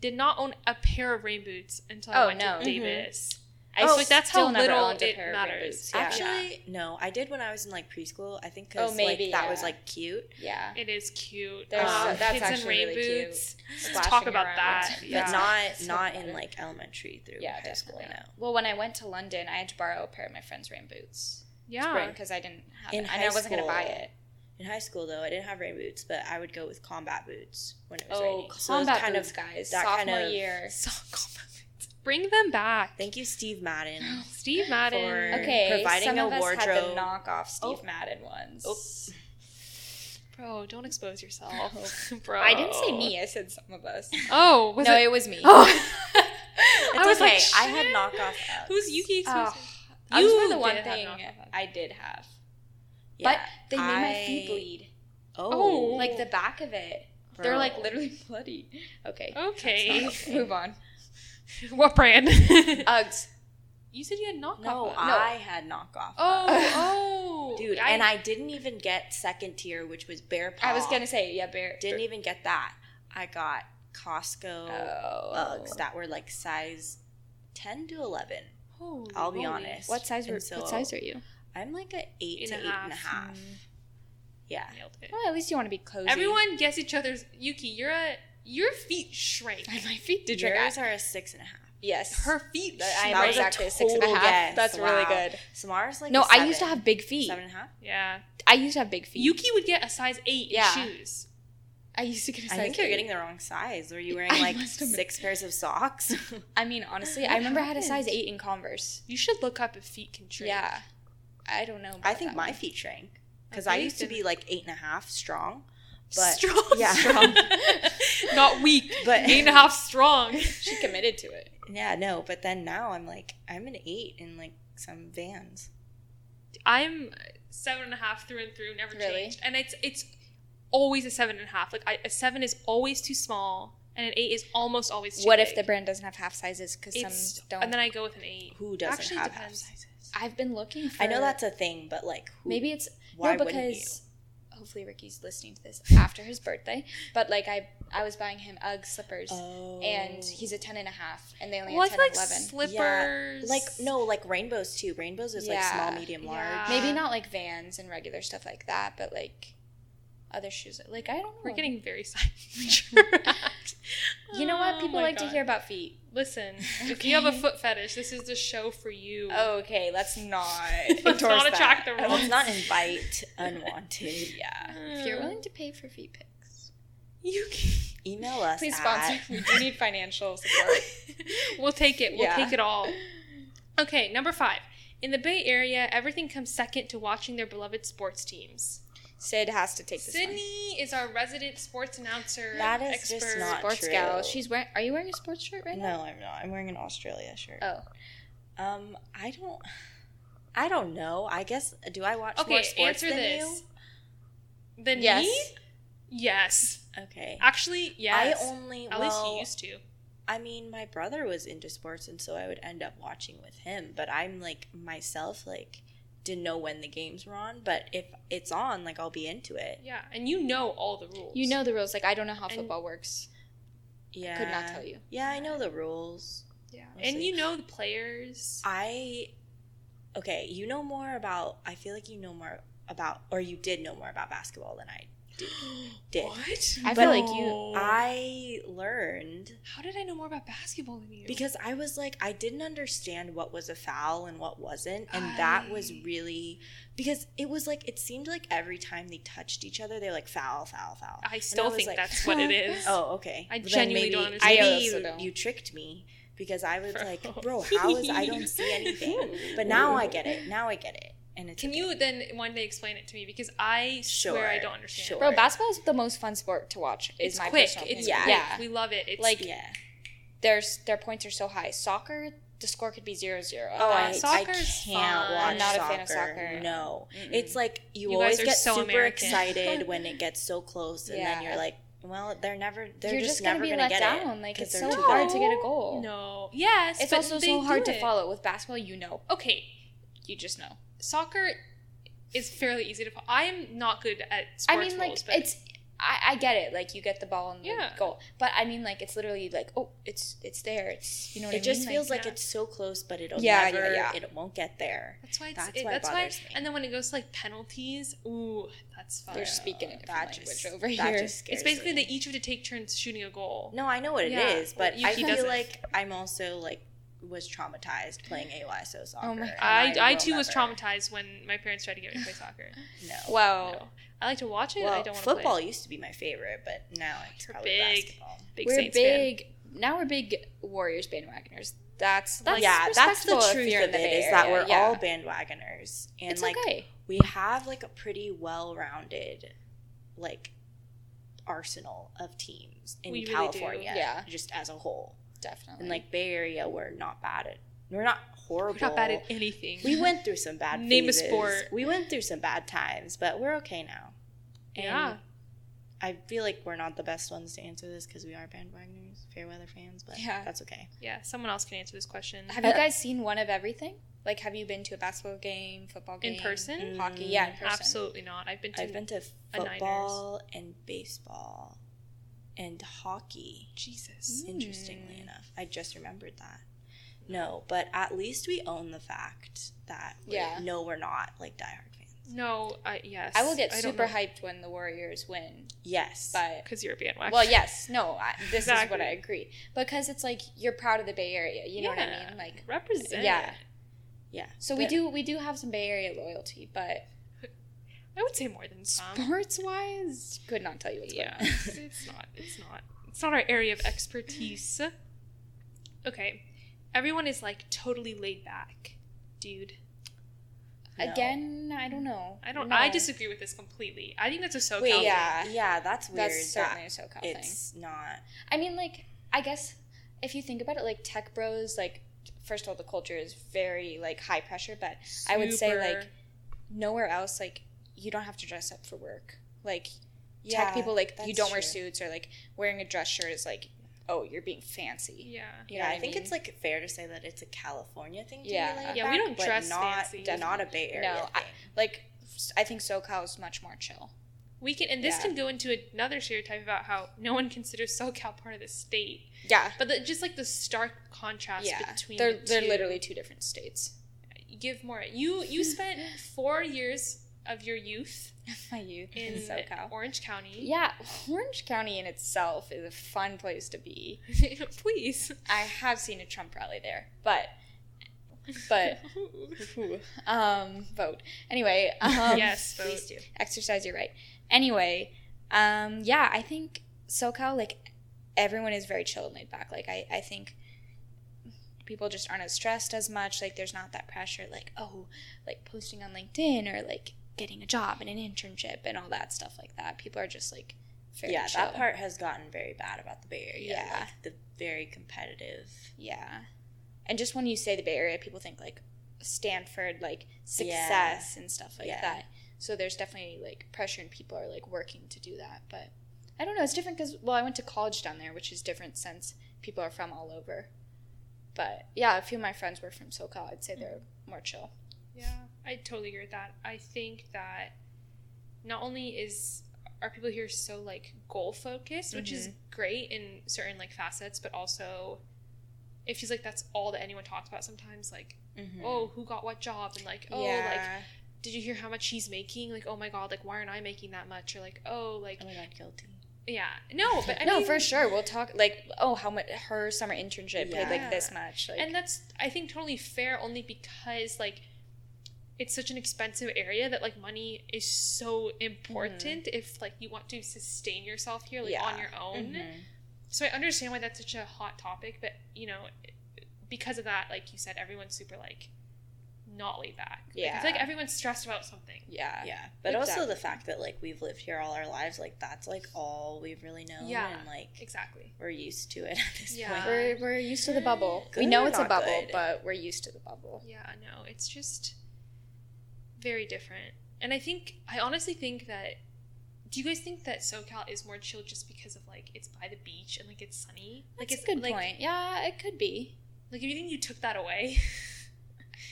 Speaker 1: Did not own a pair of rain boots until I
Speaker 3: Oh,
Speaker 1: went
Speaker 3: no.
Speaker 1: to
Speaker 3: Mhm.
Speaker 1: Davis.
Speaker 3: I
Speaker 1: Oh, like, that's
Speaker 3: still
Speaker 1: how
Speaker 3: never
Speaker 1: little
Speaker 3: owned a
Speaker 1: it
Speaker 3: pair of rain
Speaker 1: matters.
Speaker 3: boots, Yeah.
Speaker 2: Actually, no, I did when I was in like preschool. I think because
Speaker 3: Oh, maybe,
Speaker 2: like that was
Speaker 3: yeah.
Speaker 2: like cute.
Speaker 3: yeah.
Speaker 1: It is cute.
Speaker 3: There's-
Speaker 1: Um,
Speaker 3: that's
Speaker 1: kids in
Speaker 3: actually
Speaker 1: rain
Speaker 3: really cute.
Speaker 1: boots. Let's
Speaker 3: Splashing
Speaker 1: talk about
Speaker 3: around.
Speaker 1: that.
Speaker 2: But
Speaker 1: Yeah.
Speaker 2: not
Speaker 3: So
Speaker 2: not
Speaker 3: better.
Speaker 2: in like elementary through
Speaker 3: Yeah,
Speaker 2: high school
Speaker 3: definitely.
Speaker 2: now.
Speaker 3: Well, when I went to London, I had to borrow a pair of my friend's rain boots.
Speaker 1: yeah.
Speaker 3: because I didn't have
Speaker 2: In
Speaker 3: it.
Speaker 2: high
Speaker 3: and I wasn't
Speaker 2: school,
Speaker 3: gonna buy it.
Speaker 2: In high school though, I didn't have rain boots, but I would go with combat boots when it was
Speaker 3: Oh,
Speaker 2: raining. So it was
Speaker 3: combat
Speaker 2: kind
Speaker 3: boots,
Speaker 2: of
Speaker 3: guys.
Speaker 2: that kind
Speaker 3: Sophomore
Speaker 2: of-
Speaker 3: year.
Speaker 1: So compliments. Bring them back.
Speaker 2: thank you, Steve Madden.
Speaker 1: Steve Madden.
Speaker 2: for-
Speaker 3: Okay,
Speaker 2: Providing
Speaker 3: some
Speaker 2: a
Speaker 3: of us had
Speaker 2: wardrobe.
Speaker 3: the knockoff Steve
Speaker 2: Oh.
Speaker 3: Madden ones.
Speaker 1: Bro, don't expose yourself. Bro.
Speaker 3: I didn't say me. I said some of us.
Speaker 1: Oh, was
Speaker 3: no,
Speaker 1: it?
Speaker 3: it? was me.
Speaker 1: Oh.
Speaker 2: It's
Speaker 1: I was
Speaker 2: okay.
Speaker 1: like,
Speaker 2: I had
Speaker 1: shit.
Speaker 2: knockoff. Uggs.
Speaker 1: Who's Yuki exposing?
Speaker 3: Ugh, I was for the
Speaker 1: You
Speaker 3: one
Speaker 1: did have
Speaker 3: thing
Speaker 1: knockoff Uggs.
Speaker 3: I did have,
Speaker 2: Yeah.
Speaker 3: but they made my
Speaker 2: I-
Speaker 3: feet bleed.
Speaker 1: Oh.
Speaker 2: Oh,
Speaker 3: Like the back of it, they're like
Speaker 2: Bro.
Speaker 3: literally bloody. Okay,
Speaker 1: Okay.
Speaker 2: That's
Speaker 3: move on.
Speaker 1: what brand?
Speaker 3: Uggs.
Speaker 1: you said you had knockoff.
Speaker 2: No,
Speaker 1: Uggs.
Speaker 2: I had knockoff. Uggs.
Speaker 1: Oh, oh,
Speaker 2: dude, and I didn't even get second tier, which was bare paw.
Speaker 3: I was gonna say yeah, bear.
Speaker 2: didn't even get that. I got Costco
Speaker 3: Oh.
Speaker 2: Uggs that were like size ten to eleven.
Speaker 1: Holy
Speaker 2: I'll be
Speaker 1: moly.
Speaker 2: honest.
Speaker 3: What size were?
Speaker 2: And so-
Speaker 3: what size are you?
Speaker 2: I'm like a eight
Speaker 1: Eight
Speaker 2: to
Speaker 1: and
Speaker 2: eight
Speaker 1: a half.
Speaker 2: and a half.
Speaker 3: Mm.
Speaker 2: Yeah.
Speaker 1: Nailed it.
Speaker 3: Well, at least you want to be cozy.
Speaker 1: Everyone gets each other's. Yuki, you're a. Your feet shrank.
Speaker 3: my feet did drag
Speaker 2: Yours
Speaker 3: out.
Speaker 2: are a six and a half.
Speaker 3: Yes.
Speaker 1: Her feet
Speaker 3: But I
Speaker 1: shrank.
Speaker 3: am
Speaker 2: That was a
Speaker 3: exactly a six and a
Speaker 2: total
Speaker 3: half.
Speaker 2: guess.
Speaker 3: That's really
Speaker 2: Wow.
Speaker 3: good.
Speaker 2: Samara's like
Speaker 3: no,
Speaker 2: a
Speaker 3: I used to
Speaker 2: seven.
Speaker 3: have big feet.
Speaker 2: seven and a half.
Speaker 1: yeah.
Speaker 3: I used to have big feet.
Speaker 1: Yuki would get a size eight
Speaker 3: Yeah.
Speaker 1: in shoes.
Speaker 3: I used to get a size
Speaker 2: I think you're
Speaker 3: eight.
Speaker 2: getting the wrong size. Were you wearing
Speaker 3: I
Speaker 2: like
Speaker 3: must have been-
Speaker 2: six pairs of socks?
Speaker 3: I mean, honestly,
Speaker 1: What
Speaker 3: I remember I had a size
Speaker 1: happened?
Speaker 3: eight in Converse.
Speaker 1: You should look up if feet can shrink.
Speaker 3: Yeah. I don't know.
Speaker 2: I
Speaker 3: about
Speaker 2: think
Speaker 3: that
Speaker 2: my
Speaker 3: one.
Speaker 2: feet shrank. because
Speaker 1: Okay,
Speaker 2: I
Speaker 1: you
Speaker 2: used to be
Speaker 1: didn't-
Speaker 2: like eight and a half strong, but
Speaker 1: strong.
Speaker 2: yeah.
Speaker 1: Strong. Not weak.
Speaker 2: but
Speaker 1: Eight and a half strong.
Speaker 3: She committed to it.
Speaker 2: yeah, no. But then now I'm like I'm an eight in like some vans.
Speaker 1: I'm seven and a half through and through, never
Speaker 3: Really?
Speaker 1: changed. And it's it's always a seven and a half. Like I, a seven is always too small, and an eight is almost always too
Speaker 3: What if the
Speaker 1: big.
Speaker 3: brand doesn't have half sizes? Because
Speaker 1: It's,
Speaker 3: some don't.
Speaker 1: And then I go with an eight.
Speaker 2: Who doesn't
Speaker 1: Actually,
Speaker 2: have half
Speaker 1: depends.
Speaker 2: sizes?
Speaker 3: I've been looking. for...
Speaker 2: I know that's a thing, but like who,
Speaker 3: maybe it's
Speaker 2: why
Speaker 3: no,
Speaker 2: wouldn't you?
Speaker 3: because hopefully Ricky's listening to this after his birthday. But like I, I was buying him UGG slippers,
Speaker 2: Oh.
Speaker 3: and he's a ten and a half, and they only
Speaker 1: Well, I
Speaker 3: have
Speaker 1: feel
Speaker 3: ten
Speaker 1: like
Speaker 3: and eleven.
Speaker 1: slippers.
Speaker 2: like no like rainbows too. Rainbows is like small,
Speaker 3: Yeah.
Speaker 2: medium,
Speaker 1: Yeah.
Speaker 2: large.
Speaker 3: Maybe not like Vans and regular stuff like that, but like other shoes. Like I don't know.
Speaker 1: We're getting very science. you
Speaker 3: You know
Speaker 1: Oh
Speaker 3: what? People like to hear about feet.
Speaker 1: Listen, if you have a
Speaker 3: Okay.
Speaker 1: foot fetish, this is the show for you.
Speaker 3: Oh, Okay, let's not.
Speaker 1: Let's
Speaker 3: endorse
Speaker 1: not attract
Speaker 3: that.
Speaker 1: the wrong-
Speaker 2: Let's not invite unwanted.
Speaker 3: Yeah. If you're willing to pay for feet pics,
Speaker 1: you can.
Speaker 2: Email us.
Speaker 3: please sponsor.
Speaker 2: at-
Speaker 3: We do need financial support.
Speaker 1: we'll take it. We'll
Speaker 3: Yeah.
Speaker 1: take it all. Okay, number five. In the Bay Area, everything comes second to watching their beloved sports teams.
Speaker 3: Sid has to take this one.
Speaker 1: Sydney is our resident sports announcer.
Speaker 2: That is just not
Speaker 3: Sports
Speaker 2: true.
Speaker 3: gal. She's wearing. Are you wearing a sports shirt right
Speaker 2: No, I'm not. I'm wearing an Australia shirt.
Speaker 3: now? Oh,
Speaker 2: Um, I don't. I don't know. I guess do I watch
Speaker 1: Okay,
Speaker 2: more sports
Speaker 1: answer
Speaker 2: than
Speaker 1: this. Than
Speaker 3: Yes.
Speaker 1: me? Yes.
Speaker 2: you? Okay.
Speaker 1: Actually, yes.
Speaker 2: I only.
Speaker 1: At least
Speaker 2: well,
Speaker 1: he used to.
Speaker 2: I mean, my brother was into sports, and so I would end up watching with him. But I'm like myself, like didn't know when the games were on. But if it's on, like I'll be into it.
Speaker 1: Yeah, and you know all the rules.
Speaker 3: you know the rules. Like I don't know how
Speaker 1: And-
Speaker 3: football works.
Speaker 2: Yeah.
Speaker 3: Could not tell you.
Speaker 2: Yeah, I know the rules.
Speaker 1: Yeah.
Speaker 2: We'll
Speaker 1: And
Speaker 2: see.
Speaker 1: you know the players.
Speaker 2: I. Okay, you know more about. I feel like you know more about, or you did know more about basketball than I did.
Speaker 1: What?
Speaker 3: I feel like you-
Speaker 2: I learned
Speaker 1: How did I know more about basketball than you?
Speaker 2: because I was like, I didn't understand what was a foul and what wasn't. And that was
Speaker 1: Right.
Speaker 2: really because it was like, it seemed like every time they touched each other, they were like, foul, foul, foul.
Speaker 1: I still
Speaker 2: was
Speaker 1: think
Speaker 2: like,
Speaker 1: that's what it is.
Speaker 2: Oh, okay.
Speaker 1: I
Speaker 2: Well, then
Speaker 1: genuinely don't
Speaker 2: maybe-
Speaker 1: understand.
Speaker 3: I
Speaker 2: Maybe
Speaker 3: also
Speaker 2: you,
Speaker 3: don't.
Speaker 2: you tricked me because I was
Speaker 1: Bro.
Speaker 2: like, bro, how is I don't see anything? But now I get it. Now I get it. And it's
Speaker 1: Can
Speaker 2: okay.
Speaker 1: you then one day explain it to me? Because I swear I
Speaker 2: Sure,
Speaker 1: don't understand.
Speaker 2: sure.
Speaker 3: Bro, basketball is the most fun sport to watch. Is
Speaker 1: It's
Speaker 3: my
Speaker 1: quick.
Speaker 3: personal
Speaker 1: It's
Speaker 3: opinion.
Speaker 1: quick.
Speaker 3: yeah.
Speaker 1: We love it. It's
Speaker 3: Like,
Speaker 2: Yeah.
Speaker 3: There's their points are so high. Soccer, the score could be zero zero.
Speaker 2: Oh, I,
Speaker 1: Uh,
Speaker 2: I can't
Speaker 1: soccer's fun.
Speaker 2: watch
Speaker 1: I'm
Speaker 3: not a
Speaker 2: soccer.
Speaker 3: fan of soccer.
Speaker 2: No,
Speaker 3: Mm-mm.
Speaker 2: it's like you,
Speaker 1: You guys
Speaker 2: always
Speaker 1: are
Speaker 2: get
Speaker 1: so
Speaker 2: super
Speaker 1: American.
Speaker 2: excited when it gets so close, and then
Speaker 3: Yeah.
Speaker 2: you're like, well, they're never, they're
Speaker 3: You're
Speaker 2: just,
Speaker 3: just gonna
Speaker 2: never
Speaker 3: be
Speaker 2: gonna
Speaker 3: let
Speaker 2: get
Speaker 3: down.
Speaker 2: it.
Speaker 3: Like
Speaker 2: 'cause
Speaker 3: it's
Speaker 2: they're
Speaker 3: so
Speaker 2: too
Speaker 3: hard
Speaker 2: good.
Speaker 3: to get a goal.
Speaker 1: no. Yes.
Speaker 3: It's
Speaker 1: but
Speaker 3: also
Speaker 1: they
Speaker 3: so hard
Speaker 1: do
Speaker 3: to
Speaker 1: it.
Speaker 3: follow. With basketball, you know,
Speaker 1: Okay,
Speaker 3: you just know.
Speaker 1: soccer is fairly easy to follow. I am not good at sports
Speaker 3: I mean, like
Speaker 1: rules, but
Speaker 3: it's. I, I get it. Like you get the ball and the
Speaker 1: Yeah.
Speaker 3: goal, but I mean, like it's literally like oh, it's it's there. It's you know what I
Speaker 2: It just
Speaker 3: mean?
Speaker 2: feels
Speaker 1: like,
Speaker 2: like,
Speaker 1: yeah.
Speaker 2: it's so close, but it'll
Speaker 3: Yeah, yeah,
Speaker 2: never,
Speaker 3: yeah.
Speaker 2: it won't get there.
Speaker 1: that's why. It's,
Speaker 2: that's
Speaker 1: it-
Speaker 2: why it
Speaker 1: that's why.
Speaker 2: bothers me.
Speaker 1: And then when it goes to like penalties, ooh, that's fun.
Speaker 3: They're speaking a different
Speaker 2: that
Speaker 3: language
Speaker 2: just-
Speaker 3: over
Speaker 2: that
Speaker 3: here.
Speaker 2: just
Speaker 1: It's
Speaker 2: scares
Speaker 1: basically
Speaker 2: me.
Speaker 3: E
Speaker 1: they each have to take turns shooting a goal.
Speaker 2: No, I know what it is,
Speaker 1: Yeah, well,
Speaker 2: but
Speaker 1: you-
Speaker 2: I
Speaker 1: he
Speaker 2: feel
Speaker 1: doesn't.
Speaker 2: like I'm also like was traumatized playing AYSO soccer.
Speaker 3: Oh my
Speaker 2: and
Speaker 1: I, I,
Speaker 2: will
Speaker 1: too was
Speaker 2: never-
Speaker 1: traumatized when my parents tried to get me to play soccer.
Speaker 2: No.
Speaker 3: Wow.
Speaker 1: No. Oh, I like to watch it. I
Speaker 2: Well,
Speaker 1: don't want to
Speaker 2: football
Speaker 1: play.
Speaker 2: used to be my favorite, but now it's
Speaker 1: You're
Speaker 2: probably
Speaker 1: big.
Speaker 2: basketball.
Speaker 1: Big
Speaker 3: we're
Speaker 1: Saints fan.
Speaker 3: big now. We're big Warriors bandwagoners. That's that's
Speaker 2: Like, yeah, that's the
Speaker 3: respectable if
Speaker 2: truth
Speaker 3: you're in
Speaker 2: of
Speaker 3: the
Speaker 2: it
Speaker 3: Bay
Speaker 2: is that
Speaker 3: Area,
Speaker 2: we're
Speaker 3: yeah.
Speaker 2: all bandwagoners, and
Speaker 3: it's
Speaker 2: like
Speaker 3: okay.
Speaker 2: we have like a pretty well-rounded like arsenal of teams in
Speaker 1: We really do,
Speaker 2: California,
Speaker 3: yeah.
Speaker 2: just as a whole.
Speaker 3: Definitely.
Speaker 2: And like Bay Area, we're not bad at we're not horrible.
Speaker 1: We're not bad at anything.
Speaker 2: we went through some bad
Speaker 1: Name a
Speaker 2: phases.
Speaker 1: sport.
Speaker 2: We went through some bad times, but we're okay now. And
Speaker 1: Yeah.
Speaker 2: I feel like we're not the best ones to answer this because we are bandwagoners, fair weather fans, but
Speaker 3: Yeah.
Speaker 2: that's okay.
Speaker 1: Yeah, someone else can answer this question.
Speaker 3: have you guys seen one of everything? Like, have you been to a basketball game, football game,
Speaker 1: In person?
Speaker 3: hockey?
Speaker 2: Mm,
Speaker 3: Yeah, in person.
Speaker 1: Absolutely not. I've been to.
Speaker 2: I've been to
Speaker 1: a Niners.
Speaker 2: football and baseball and hockey.
Speaker 1: Jesus.
Speaker 2: Interestingly
Speaker 3: Mm.
Speaker 2: enough, I just remembered that. No, but at least we own the fact that we
Speaker 3: Yeah.
Speaker 2: no, we're not like diehard fans.
Speaker 1: No, I, yes.
Speaker 3: I will get super hyped when the Warriors win,
Speaker 2: Yes,
Speaker 3: but
Speaker 1: Because you're a bandwagon.
Speaker 3: well, yes, no, I, this is
Speaker 1: Exactly.
Speaker 3: what I agree because it's like you're proud of the Bay Area. You know what I
Speaker 1: Yeah.
Speaker 3: mean? Like,
Speaker 1: Represent.
Speaker 3: Yeah.
Speaker 2: yeah.
Speaker 3: so we
Speaker 2: But
Speaker 3: do we do have some Bay Area loyalty,
Speaker 1: Um,
Speaker 3: but
Speaker 1: I would say more than some.
Speaker 3: sports wise, could not tell you what's
Speaker 1: yeah.
Speaker 3: going on.
Speaker 1: it's not. It's not. It's not our area of expertise. Okay. Everyone is like totally laid back. Dude.
Speaker 2: No.
Speaker 3: Again, I don't know.
Speaker 1: I don't.
Speaker 3: No.
Speaker 1: I disagree with this completely. I think that's a SoCal.
Speaker 3: Wait,
Speaker 1: thing.
Speaker 3: yeah.
Speaker 2: Yeah, that's weird.
Speaker 3: That's
Speaker 2: that
Speaker 3: certainly a SoCal thing.
Speaker 2: it's not.
Speaker 3: I mean, like, I guess if you think about it, like tech bros, like first of all, the culture is very like high pressure, but I would say,
Speaker 1: Super-
Speaker 3: like, nowhere else, like, you don't have to dress up for work. Like,
Speaker 2: Yeah,
Speaker 3: tech people, like, you
Speaker 2: that's
Speaker 3: don't wear
Speaker 2: true.
Speaker 3: suits or like wearing a dress shirt is like, oh, you're being fancy.
Speaker 1: Yeah.
Speaker 3: You
Speaker 2: yeah,
Speaker 3: know
Speaker 2: I,
Speaker 3: what
Speaker 2: think
Speaker 3: mean?
Speaker 2: it's like fair to say that it's a California thing. To
Speaker 3: Yeah.
Speaker 2: be laid
Speaker 1: Yeah, we
Speaker 2: back,
Speaker 1: don't
Speaker 2: but
Speaker 1: dress
Speaker 2: not,
Speaker 1: fancy.
Speaker 2: Not a Bay Area.
Speaker 3: No, I-
Speaker 2: thing.
Speaker 3: like I think SoCal is much more chill.
Speaker 1: We can, and this
Speaker 3: Yeah.
Speaker 1: can go into another stereotype about how no one considers SoCal part of the state,
Speaker 3: Yeah,
Speaker 1: but the, just like the stark contrast
Speaker 3: yeah.
Speaker 1: between
Speaker 3: they're
Speaker 1: the
Speaker 3: they're
Speaker 1: two.
Speaker 3: literally two different states.
Speaker 1: give more. You you spent four years of your youth
Speaker 3: My youth
Speaker 1: in
Speaker 3: in SoCal.
Speaker 1: Orange County.
Speaker 3: Yeah, Orange County in itself is a fun place to be.
Speaker 1: Please.
Speaker 3: I have seen a Trump rally there, but but um vote anyway. Um,
Speaker 1: yes, vote.
Speaker 2: Please do.
Speaker 3: exercise your right. Anyway, um, yeah, I think SoCal, like, everyone is very chill and laid back. Like, I, I think people just aren't as stressed as much. Like, there's not that pressure, like, oh, like posting on LinkedIn or like getting a job and an internship and all that stuff like that. People are just like very
Speaker 2: yeah,
Speaker 3: chill.
Speaker 2: that part has gotten very bad about the Bay Area.
Speaker 3: Yeah.
Speaker 2: like, the very competitive.
Speaker 3: Yeah. And just when you say the Bay Area, people think like Stanford, like success and stuff like
Speaker 2: Yeah.
Speaker 3: that. So there's definitely like pressure, and people are like working to do that. But I don't know. It's different because well, I went to college down there, which is different since people are from all over. But yeah, a few of my friends were from SoCal. I'd say they're more chill.
Speaker 1: Yeah, I totally agree with that. I think that not only is are people here so like goal focused, which is
Speaker 3: Mm-hmm.
Speaker 1: great in certain like facets, but also it feels like that's all that anyone talks about sometimes. Like,
Speaker 2: Mm-hmm.
Speaker 1: oh, who got what job, and like, oh, like,
Speaker 2: yeah.
Speaker 1: did you hear how much he's making? Like, oh my god, like, why aren't I making that much? Or like, oh, like,
Speaker 2: oh my god, guilty.
Speaker 1: yeah, no, but I
Speaker 3: no,
Speaker 1: mean,
Speaker 3: for sure. We'll talk like oh, how much her summer internship paid
Speaker 2: Yeah.
Speaker 3: like this much. Like,
Speaker 1: and that's i think totally fair only because like it's such an expensive area that like money is so important if like you want to sustain yourself here like on
Speaker 3: Mm-hmm. Yeah. Mm-hmm.
Speaker 1: your own
Speaker 2: Mm-hmm.
Speaker 1: so i understand why that's such a hot topic but you know because of that like you said everyone's super like not laid back like, i feel
Speaker 3: Yeah.
Speaker 1: like everyone's stressed about something
Speaker 3: yeah,
Speaker 2: Yeah, but also
Speaker 3: Exactly.
Speaker 2: the fact that like we've lived here all our lives, like that's like all we've really known,
Speaker 1: Yeah.
Speaker 2: and like
Speaker 1: exactly
Speaker 2: we're used to it at this
Speaker 1: Yeah.
Speaker 2: point.
Speaker 3: We're, we're used to the bubble.
Speaker 2: Good
Speaker 3: we know
Speaker 2: or
Speaker 3: it's a
Speaker 2: not
Speaker 3: bubble,
Speaker 2: good?
Speaker 3: but we're used to the bubble.
Speaker 1: Yeah, no, it's just very different. And I think I honestly think that do you guys think that SoCal is more chill just because of like it's by the beach and like it's sunny? Like
Speaker 3: That's
Speaker 1: it's
Speaker 3: a good
Speaker 1: like,
Speaker 3: point. Yeah, it could be.
Speaker 1: Like if you think you took that away,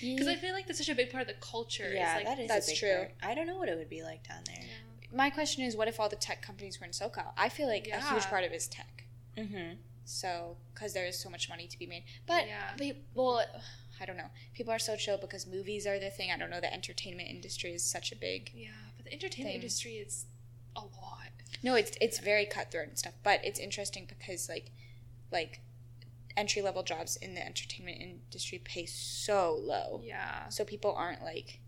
Speaker 1: because I feel like that's such a big part of the culture. is,
Speaker 2: Yeah,
Speaker 1: like,
Speaker 2: that is
Speaker 3: that's
Speaker 2: a big
Speaker 3: true.
Speaker 2: part. I don't know what it would be like down there.
Speaker 3: My question is, what if all the tech companies were in SoCal? I feel like a huge
Speaker 1: Yeah.
Speaker 3: part of it is tech.
Speaker 2: Mm-hmm.
Speaker 3: So, because there is so much money to be made, but
Speaker 1: Yeah.
Speaker 3: pe- well, I don't know. People are so chill because movies are their thing. I don't know. The entertainment industry is such a big.
Speaker 1: yeah, but the entertainment
Speaker 3: Thing.
Speaker 1: industry is a lot.
Speaker 3: No, it's it's very cutthroat and stuff. But it's interesting because like, like, entry level jobs in the entertainment industry pay so low.
Speaker 1: Yeah,
Speaker 3: so people aren't like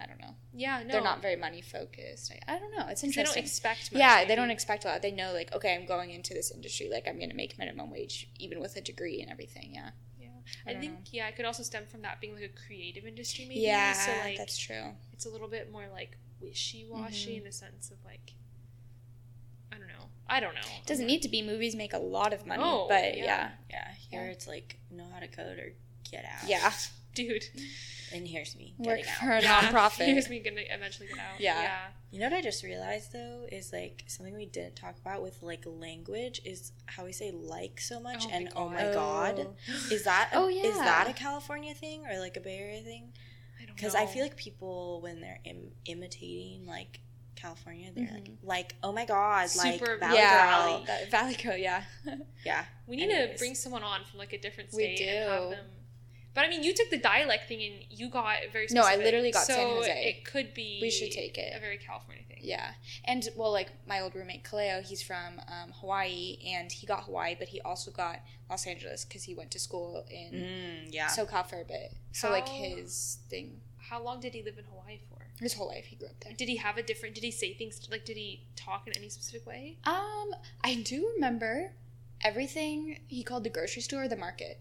Speaker 3: i don't know
Speaker 1: yeah, no,
Speaker 3: they're not very money focused i, I don't know
Speaker 1: 'cause
Speaker 3: it's
Speaker 1: They don't
Speaker 3: interesting
Speaker 1: expect. Much,
Speaker 3: yeah they
Speaker 1: maybe.
Speaker 3: don't expect a lot they know like okay i'm going into this industry like i'm gonna make minimum wage even with a degree and everything yeah
Speaker 1: Yeah,
Speaker 3: I
Speaker 1: I,
Speaker 3: don't
Speaker 1: think
Speaker 3: know.
Speaker 1: yeah, it could also stem from that being like a creative industry, maybe.
Speaker 3: yeah
Speaker 1: so like
Speaker 3: that's true
Speaker 1: it's a little bit more like wishy washy
Speaker 3: Mm-hmm.
Speaker 1: in the sense of like I don't know. I don't know.
Speaker 3: it doesn't need to be movies make a lot of money
Speaker 1: No,
Speaker 3: but
Speaker 1: Oh, yeah.
Speaker 3: yeah
Speaker 2: Yeah, here
Speaker 3: Yeah.
Speaker 2: it's like know how to code or get out.
Speaker 3: yeah,
Speaker 1: dude.
Speaker 2: and here's me
Speaker 3: work
Speaker 2: getting out.
Speaker 3: for a
Speaker 1: Yeah.
Speaker 3: nonprofit
Speaker 1: Here's me gonna eventually get out.
Speaker 3: Yeah.
Speaker 2: You know what I just realized though is like something we didn't talk about with like language is how we say like so much
Speaker 1: Oh my
Speaker 2: and oh
Speaker 1: God.
Speaker 2: my god. Is that a,
Speaker 3: Oh,
Speaker 2: is that
Speaker 3: yeah.
Speaker 2: a California thing or like a Bay Area thing?
Speaker 1: I don't
Speaker 2: Because
Speaker 1: know.
Speaker 2: I feel like people when they're Im- imitating like California, they're
Speaker 3: Mhm.
Speaker 2: like like oh my god,
Speaker 1: Super
Speaker 2: like Valley
Speaker 3: yeah
Speaker 2: Girl.
Speaker 3: that- valley girl yeah
Speaker 2: yeah.
Speaker 1: we need to
Speaker 2: anyways.
Speaker 1: bring someone on from like a different
Speaker 3: We
Speaker 1: state and have
Speaker 3: do.
Speaker 1: them but I mean you took the dialect thing and you got very
Speaker 3: No, I
Speaker 1: specific,
Speaker 3: literally got
Speaker 1: so
Speaker 3: San Jose.
Speaker 1: It could be
Speaker 3: We should take it.
Speaker 1: a very California thing.
Speaker 3: Yeah. And well, like my old roommate Kaleo, he's from um, Hawaii, and he got Hawaii, but he also got Los Angeles because he went to school in
Speaker 2: Mm, yeah.
Speaker 3: SoCal for a bit. So like
Speaker 1: How-
Speaker 3: his thing,
Speaker 1: How long did he live in Hawaii for?
Speaker 3: his whole life, he grew up there.
Speaker 1: Did he have a different did he say things like did he talk in any specific way?
Speaker 3: Um, I do remember everything. He called the grocery store the market.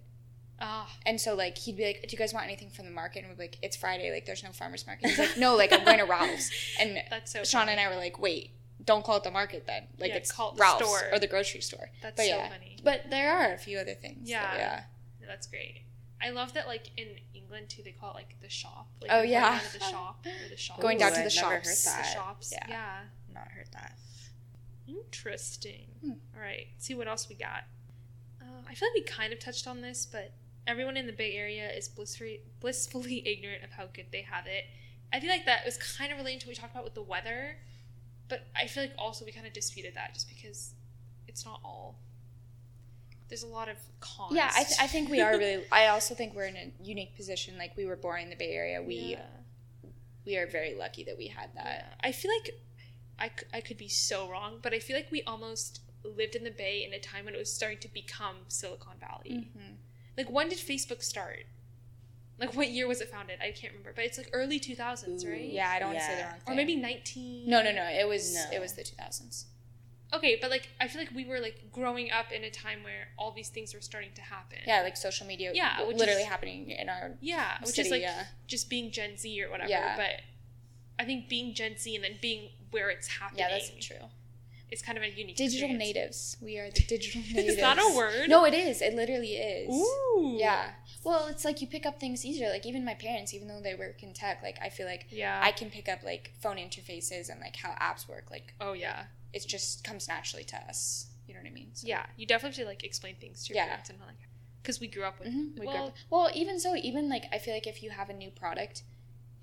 Speaker 1: Ah,
Speaker 3: And so like he'd be like, "Do you guys want anything from the market?" And we'd be like, "It's Friday, like there's no farmers market." He's like, "No, like I'm going to Ralph's." And
Speaker 1: that's so.
Speaker 3: Sean and I were like, "Wait, don't call it the market then. Like
Speaker 1: Yeah,
Speaker 3: it's
Speaker 1: call it the
Speaker 3: Ralph's
Speaker 1: store."
Speaker 3: or the grocery store."
Speaker 1: That's
Speaker 3: but
Speaker 1: so
Speaker 3: yeah.
Speaker 1: funny.
Speaker 3: But there are a few other things.
Speaker 1: Yeah.
Speaker 3: that- yeah.
Speaker 1: No, That's great. I love that, like in England too, they call it like the shop. Like,
Speaker 3: Oh,
Speaker 1: going
Speaker 3: yeah.
Speaker 1: down to the shop or the shop.
Speaker 3: Going down to
Speaker 2: Ooh,
Speaker 3: the
Speaker 2: I've never heard
Speaker 3: shops.
Speaker 1: the
Speaker 2: that.
Speaker 1: shops.
Speaker 3: Yeah.
Speaker 1: yeah.
Speaker 2: Not heard that.
Speaker 1: Interesting.
Speaker 3: Hmm.
Speaker 1: All right, see what else we got. Uh, I feel like we kind of touched on this, but everyone in the Bay Area is blissfully, blissfully ignorant of how good they have it. I feel like that was kind of related to what we talked about with the weather, but I feel like also we kind of disputed that just because it's not all. There's a lot of cons.
Speaker 3: Yeah, I, th- I think we are really. I also think we're in a unique position. Like we were born in the Bay Area. We
Speaker 1: Yeah.
Speaker 3: we are very lucky that we had that.
Speaker 1: Yeah. I feel like I, c- I could be so wrong, but I feel like we almost lived in the Bay in a time when it was starting to become Silicon Valley.
Speaker 3: Mhm.
Speaker 1: Like when did Facebook start? Like what year was it founded? I can't remember, but it's like early 2000s,
Speaker 2: Ooh,
Speaker 1: right?
Speaker 3: Yeah, I don't want to say the
Speaker 2: Yeah.
Speaker 3: wrong thing.
Speaker 1: Or maybe 19.
Speaker 3: no, no, no. It was
Speaker 2: No.
Speaker 3: it was the two thousands.
Speaker 1: Okay, but like I feel like we were like growing up in a time where all these things were starting to happen.
Speaker 3: Yeah, like social media.
Speaker 1: Yeah, which
Speaker 3: literally
Speaker 1: is-
Speaker 3: happening in our
Speaker 1: Yeah, which
Speaker 3: city.
Speaker 1: is like
Speaker 3: yeah.
Speaker 1: just being Gen Z or whatever,
Speaker 3: Yeah.
Speaker 1: but I think being Gen Z and then being where it's happening.
Speaker 3: yeah, that's true.
Speaker 1: It's kind of a unique
Speaker 3: Digital
Speaker 1: experience.
Speaker 3: natives. We are the digital natives.
Speaker 1: Is that a word?
Speaker 3: No, it is. It literally is.
Speaker 1: Ooh.
Speaker 3: Yeah. Well, it's like you pick up things easier. Like even my parents, even though they work in tech, like I feel like
Speaker 1: Yeah.
Speaker 3: I can pick up like phone interfaces and like how apps work. Like
Speaker 1: oh yeah.
Speaker 3: it just comes naturally to us. You know what I mean? So-
Speaker 1: Yeah, you definitely have to like explain things to your
Speaker 3: Yeah.
Speaker 1: parents and like cuz we grew up with
Speaker 3: Mhm. We grew
Speaker 1: Well-
Speaker 3: up- well, even so, even like I feel like if you have a new product,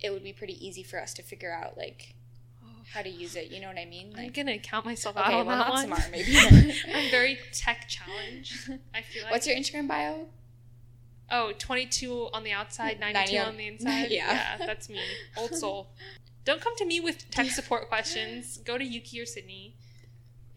Speaker 3: it would be pretty easy for us to figure out like
Speaker 1: Oh,
Speaker 3: how to use it. You know what I mean?
Speaker 1: I'm
Speaker 3: Like,
Speaker 1: going to count myself out
Speaker 3: okay, well,
Speaker 1: on that
Speaker 3: not
Speaker 1: one.
Speaker 3: Samara, maybe.
Speaker 1: I'm very tech challenged. I feel like.
Speaker 3: What's your Instagram bio?
Speaker 1: oh, 22 on the outside, 92
Speaker 3: 90
Speaker 1: on the inside.
Speaker 3: Yeah.
Speaker 1: that's me. Old soul. Don't come to me with tech support questions. Go to Yuki or Sydney.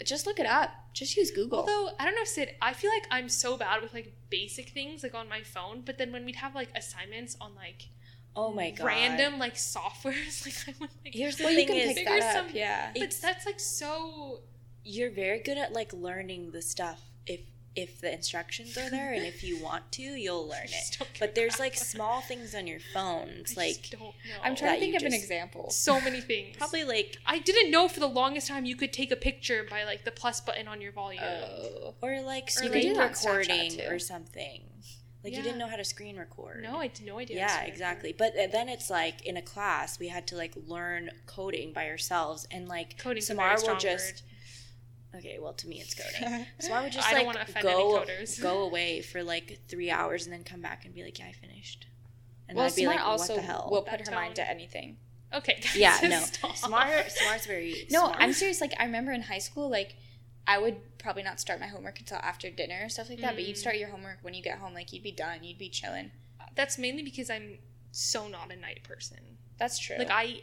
Speaker 3: Just look it up. Just use Google.
Speaker 1: Although, I don't know, Sid, I feel like I'm so bad with like basic things like on my phone, but then when we'd have like assignments on like
Speaker 2: Oh my god.
Speaker 1: random like softwares, like I would like.
Speaker 2: Here's the
Speaker 3: well, you
Speaker 2: thing
Speaker 3: can
Speaker 2: is,
Speaker 3: pick
Speaker 1: figure
Speaker 3: that up.
Speaker 1: some-
Speaker 3: yeah.
Speaker 1: but
Speaker 2: it's-
Speaker 1: that's like so.
Speaker 2: you're very good at like learning the stuff if if the instructions are there and if you want to you'll learn
Speaker 1: I just
Speaker 2: it
Speaker 1: don't get
Speaker 2: but there's like
Speaker 1: that.
Speaker 2: small things on your phones
Speaker 1: I just
Speaker 2: like
Speaker 1: don't know.
Speaker 3: I'm trying to
Speaker 2: that
Speaker 3: think
Speaker 2: you
Speaker 3: of an
Speaker 2: just-
Speaker 3: example.
Speaker 1: so many things.
Speaker 2: probably like
Speaker 1: I didn't know for the longest time you could take a picture by like the plus button on your volume.
Speaker 3: Oh.
Speaker 2: or like
Speaker 1: Or, like,
Speaker 2: screen
Speaker 3: do that on
Speaker 2: recording
Speaker 3: Snapchat, too.
Speaker 2: or something like you
Speaker 1: Yeah.
Speaker 2: didn't know how to screen record
Speaker 1: no, I had no idea.
Speaker 2: yeah
Speaker 1: Sorry.
Speaker 2: exactly but uh, then it's like in a class we had to like learn coding by ourselves and like
Speaker 1: Coding's a
Speaker 2: Samara
Speaker 1: very strong
Speaker 2: will just okay well to me it's coding Samara would just
Speaker 1: I don't
Speaker 2: like
Speaker 1: wanna offend
Speaker 2: go
Speaker 1: any coders.
Speaker 2: go away for like three hours and then come back and be like yeah I finished and
Speaker 3: well,
Speaker 2: I'd be
Speaker 3: Samara
Speaker 2: like
Speaker 3: also
Speaker 2: what the hell
Speaker 3: will put her
Speaker 1: That
Speaker 3: mind
Speaker 1: tone.
Speaker 3: to anything.
Speaker 1: Okay. Guys,
Speaker 2: Yeah, no.
Speaker 1: stop.
Speaker 2: Smart, smart's very
Speaker 3: No,
Speaker 2: smart.
Speaker 3: I'm serious. Like I remember in high school, like I would probably not start my homework until after dinner or stuff like that. But you'd
Speaker 1: Mm.
Speaker 3: start your homework when you get home. Like you'd be done. You'd be chilling.
Speaker 1: That's mainly because I'm so not a night person.
Speaker 3: That's true.
Speaker 1: Like I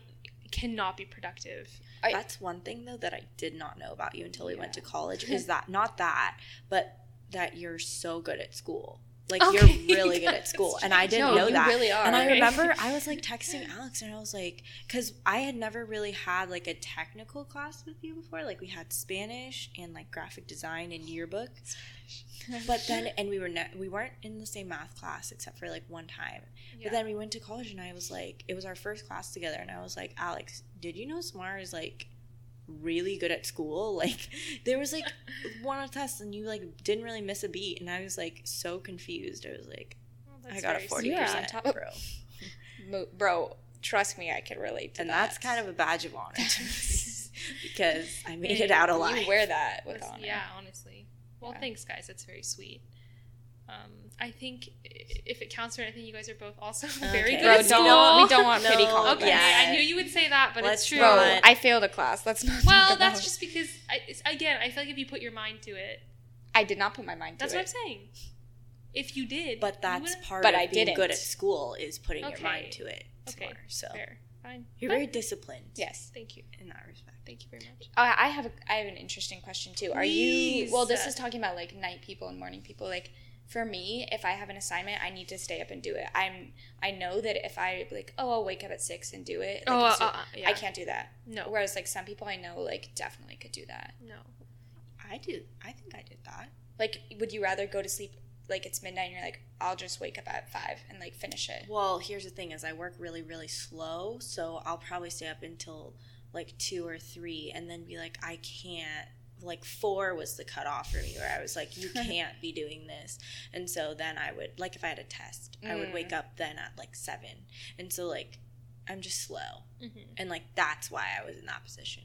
Speaker 1: cannot be productive.
Speaker 3: I-
Speaker 2: That's one thing though that I did not know about you until we went to
Speaker 3: Yeah.
Speaker 2: college is that not that, but that you're so good at school. Like
Speaker 1: Okay,
Speaker 2: you're really good at
Speaker 1: that's
Speaker 2: school, and I
Speaker 1: true.
Speaker 2: didn't
Speaker 3: no,
Speaker 2: know
Speaker 3: you
Speaker 2: that.
Speaker 3: really are.
Speaker 2: and I
Speaker 1: Okay.
Speaker 2: remember I was like texting Alex, and I was like, because I had never really had like a technical class with you before. Like we had Spanish and like graphic design and yearbook, but then and we were ne- we weren't in the same math class except for like one time.
Speaker 1: Yeah.
Speaker 2: But then we went to college, and I was like, it was our first class together, and I was like, Alex, did you know Samar is like really good at school? Like, there was like one test, and you like didn't really miss a beat, and I was like so confused. I was like,
Speaker 1: Well, that's
Speaker 2: I got a
Speaker 1: very
Speaker 2: forty
Speaker 1: sweet.
Speaker 3: Yeah.
Speaker 2: percent,
Speaker 3: top-
Speaker 2: bro,
Speaker 3: Mo- bro, trust me, I could relate to
Speaker 2: and
Speaker 3: that.
Speaker 2: that's kind of a badge of honor to me because I made it out alive.
Speaker 3: you wear that with
Speaker 1: That's-
Speaker 3: honor.
Speaker 1: Yeah, honestly. Well,
Speaker 3: Yeah.
Speaker 1: thanks, guys. That's very sweet. Um, I think i- if it counts for anything, you guys are both also very
Speaker 2: Okay.
Speaker 1: good
Speaker 3: Bro,
Speaker 1: at
Speaker 3: don't,
Speaker 1: school.
Speaker 3: we don't want pity
Speaker 2: No,
Speaker 3: compliments.
Speaker 1: Okay,
Speaker 2: Yeah.
Speaker 1: I knew you would say that, but
Speaker 2: Let's
Speaker 1: it's true.
Speaker 2: you-
Speaker 3: Bro,
Speaker 2: Not-
Speaker 3: I failed a class. Let's not.
Speaker 1: Well,
Speaker 3: talk
Speaker 1: that's
Speaker 3: about-
Speaker 1: just because I, it's, again, I feel like if you put your mind to it,
Speaker 3: I did not put my mind to
Speaker 1: that's
Speaker 3: it.
Speaker 1: what I'm saying. If you did,
Speaker 2: But that's
Speaker 1: you
Speaker 2: part
Speaker 3: But
Speaker 2: of
Speaker 3: I
Speaker 2: being good
Speaker 3: didn't.
Speaker 2: at school is putting
Speaker 1: Okay.
Speaker 2: your mind to it.
Speaker 1: Okay.
Speaker 2: Samar. So
Speaker 1: would've- fair. Fine.
Speaker 2: you're
Speaker 1: But-
Speaker 2: very disciplined.
Speaker 3: Yes.
Speaker 1: Thank you.
Speaker 2: In that respect.
Speaker 1: Thank you very much.
Speaker 3: Uh, I have a, I have an interesting question too. Are you
Speaker 1: Please.
Speaker 3: well? This is talking about like night people and morning people. Like for me, if I have an assignment, I need to stay up and do it. I'm I know that if I like oh I'll wake up at six and do it. Like,
Speaker 1: oh,
Speaker 3: it's-
Speaker 1: uh, uh, yeah.
Speaker 3: I can't do that.
Speaker 1: No.
Speaker 3: Whereas like some people I know like definitely could do that.
Speaker 1: No.
Speaker 2: I do. I think I did that.
Speaker 3: Like would you rather go to sleep like it's midnight and you're like, I'll just wake up at five and like finish it.
Speaker 2: Well, here's the thing: is I work really, really slow, so I'll probably stay up until like two or three, and then be like, I can't. Like four was the cutoff for me, where I was like, you can't be doing this. And so then I would like if I had a test, I would
Speaker 3: Mm.
Speaker 2: wake up then at like seven. And so like, I'm just slow,
Speaker 1: Mm-hmm.
Speaker 2: and like that's why I was in that position.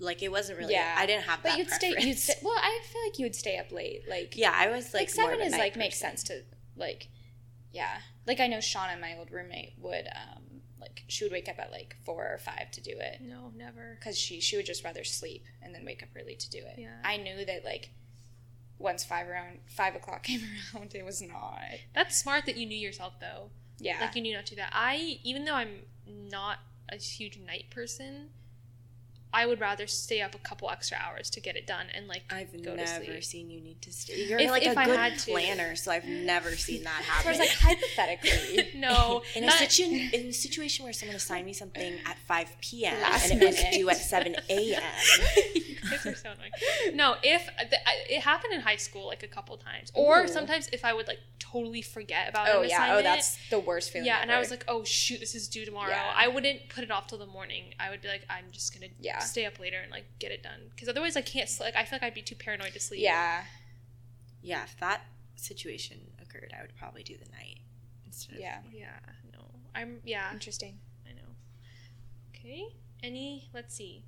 Speaker 2: Like it wasn't really.
Speaker 3: Yeah.
Speaker 2: I didn't have.
Speaker 3: But
Speaker 2: that
Speaker 3: you'd stay. You'd
Speaker 2: preference.
Speaker 3: stay. Well, I feel like you'd stay up late. Like
Speaker 2: Yeah, I was like,
Speaker 3: like, seven
Speaker 2: more of a
Speaker 3: is
Speaker 2: night
Speaker 3: like makes
Speaker 2: person.
Speaker 3: sense to like yeah like i know shauna my old roommate would um like she would wake up at like four or five to do it
Speaker 1: No, never.
Speaker 3: because she she would just rather sleep and then wake up early to do it
Speaker 1: Yeah.
Speaker 3: i knew that like once five around five o'clock came around it was not
Speaker 1: That's smart that you knew yourself though.
Speaker 3: yeah
Speaker 1: Like you knew not to do that. I even though I'm not a huge night person, I would rather stay up a couple extra hours to get it done and like
Speaker 2: I've
Speaker 1: go to
Speaker 2: never
Speaker 1: sleep.
Speaker 2: seen you need to stay. You're
Speaker 1: If-
Speaker 2: like
Speaker 1: if
Speaker 2: a
Speaker 1: I
Speaker 2: good
Speaker 1: had to.
Speaker 2: planner, so I've never seen that
Speaker 3: so I
Speaker 2: happen.
Speaker 3: was like hypothetically
Speaker 1: no,
Speaker 2: in a
Speaker 1: not-
Speaker 2: situation, in a situation where someone assigned me something at 5 p.m.
Speaker 3: Last
Speaker 2: and it was
Speaker 3: minute.
Speaker 2: due at 7 a.m.
Speaker 1: You guys are so annoying. No, if the- I- it happened in high school like a couple times, or
Speaker 3: Ooh.
Speaker 1: sometimes if I would like totally forget about
Speaker 3: oh
Speaker 1: an
Speaker 3: yeah
Speaker 1: assignment.
Speaker 3: oh that's the worst feeling
Speaker 1: yeah, and I
Speaker 3: ever.
Speaker 1: was like, oh shoot, this is due tomorrow.
Speaker 3: Yeah.
Speaker 1: I wouldn't put it off till the morning. I would be like, I'm just gonna
Speaker 3: Yeah.
Speaker 1: stay up later and like get it done because otherwise I can't. sl- Like I feel like I'd be too paranoid to sleep.
Speaker 3: yeah
Speaker 2: Yeah, if that situation occurred, I would probably do the night. Instead of,
Speaker 3: yeah
Speaker 1: yeah, no, I'm yeah,
Speaker 3: interesting
Speaker 1: I know. Okay, any? Let's see.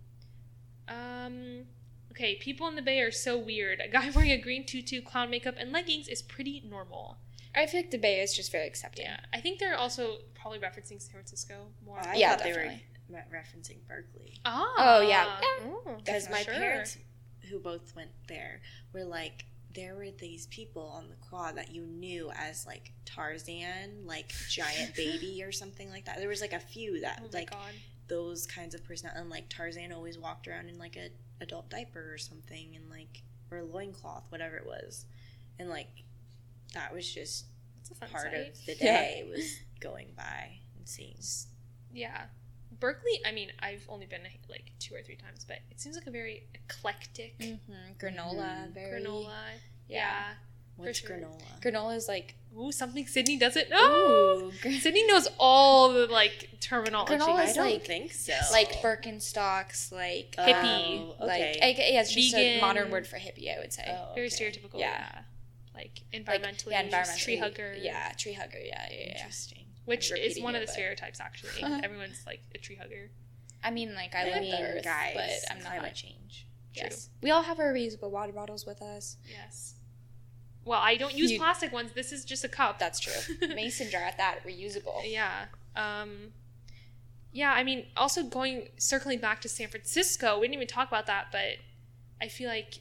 Speaker 1: Um. Okay, people in the Bay are so weird. A guy wearing a green tutu, clown makeup, and leggings is pretty normal.
Speaker 3: i feel like the bay is just very accepting
Speaker 1: Yeah, I think they're also probably referencing San Francisco more.
Speaker 2: I
Speaker 3: Yeah,
Speaker 2: thought
Speaker 3: definitely.
Speaker 2: they were re- referencing Berkeley
Speaker 1: Ah.
Speaker 3: Oh, yeah.
Speaker 2: because my
Speaker 1: Sure.
Speaker 2: parents, who both went there, were like. There were these people on the quad that you knew as like Tarzan, like giant baby or something like that. There was like a few that
Speaker 1: Oh my
Speaker 2: like
Speaker 1: god.
Speaker 2: those kinds of personality. And like Tarzan always walked around in like a adult diaper or something, and like or a loincloth, whatever it was, and like that was just
Speaker 1: That's a fun
Speaker 2: part
Speaker 1: sight.
Speaker 2: of the
Speaker 3: Yeah.
Speaker 2: day was going by and seeing.
Speaker 1: Yeah. Berkeley, I mean, I've only been like two or three times, but it seems like a very eclectic
Speaker 3: hmm granola
Speaker 2: Mhm.
Speaker 3: very
Speaker 1: Mm-hmm. granola.
Speaker 3: yeah.
Speaker 1: Yeah.
Speaker 2: What's
Speaker 1: sure.
Speaker 2: granola?
Speaker 3: granola is like
Speaker 1: Ooh, something Sydney doesn't know.
Speaker 3: Ooh, gr-
Speaker 1: Sydney knows all the like terminology.
Speaker 3: Granola
Speaker 2: I
Speaker 3: is
Speaker 2: don't
Speaker 3: like-
Speaker 2: think so.
Speaker 3: like Birkenstocks, like
Speaker 1: Um,
Speaker 3: um,
Speaker 2: Oh,
Speaker 1: hippie,
Speaker 2: okay.
Speaker 3: like I- yeah, it's just
Speaker 1: Vegan.
Speaker 3: a modern word for hippie. I would say
Speaker 2: Oh,
Speaker 1: Very
Speaker 2: okay.
Speaker 1: stereotypical. Yeah.
Speaker 3: Yeah.
Speaker 1: Like
Speaker 3: Like,
Speaker 1: environmentally,
Speaker 3: yeah, environmentally-
Speaker 1: tree hugger.
Speaker 3: yeah, tree hugger, yeah, yeah, yeah.
Speaker 2: Interesting.
Speaker 1: Which
Speaker 3: I'm
Speaker 1: is one of
Speaker 3: repeating it,
Speaker 1: the
Speaker 3: but-
Speaker 1: stereotypes, actually. Everyone's like a tree hugger.
Speaker 3: I mean, like I,
Speaker 2: I,
Speaker 3: love
Speaker 2: mean,
Speaker 3: the earth,
Speaker 2: guys,
Speaker 3: but I'm
Speaker 2: climate
Speaker 3: not.
Speaker 2: change.
Speaker 3: Yes, we all have our reusable water bottles with us.
Speaker 1: Yes. Well, I don't use
Speaker 3: You-
Speaker 1: plastic ones. This is just a cup.
Speaker 3: That's true. Mason jar at that reusable.
Speaker 1: Yeah. Um, yeah, I mean, also going, circling back to San Francisco, we didn't even talk about that, but I feel like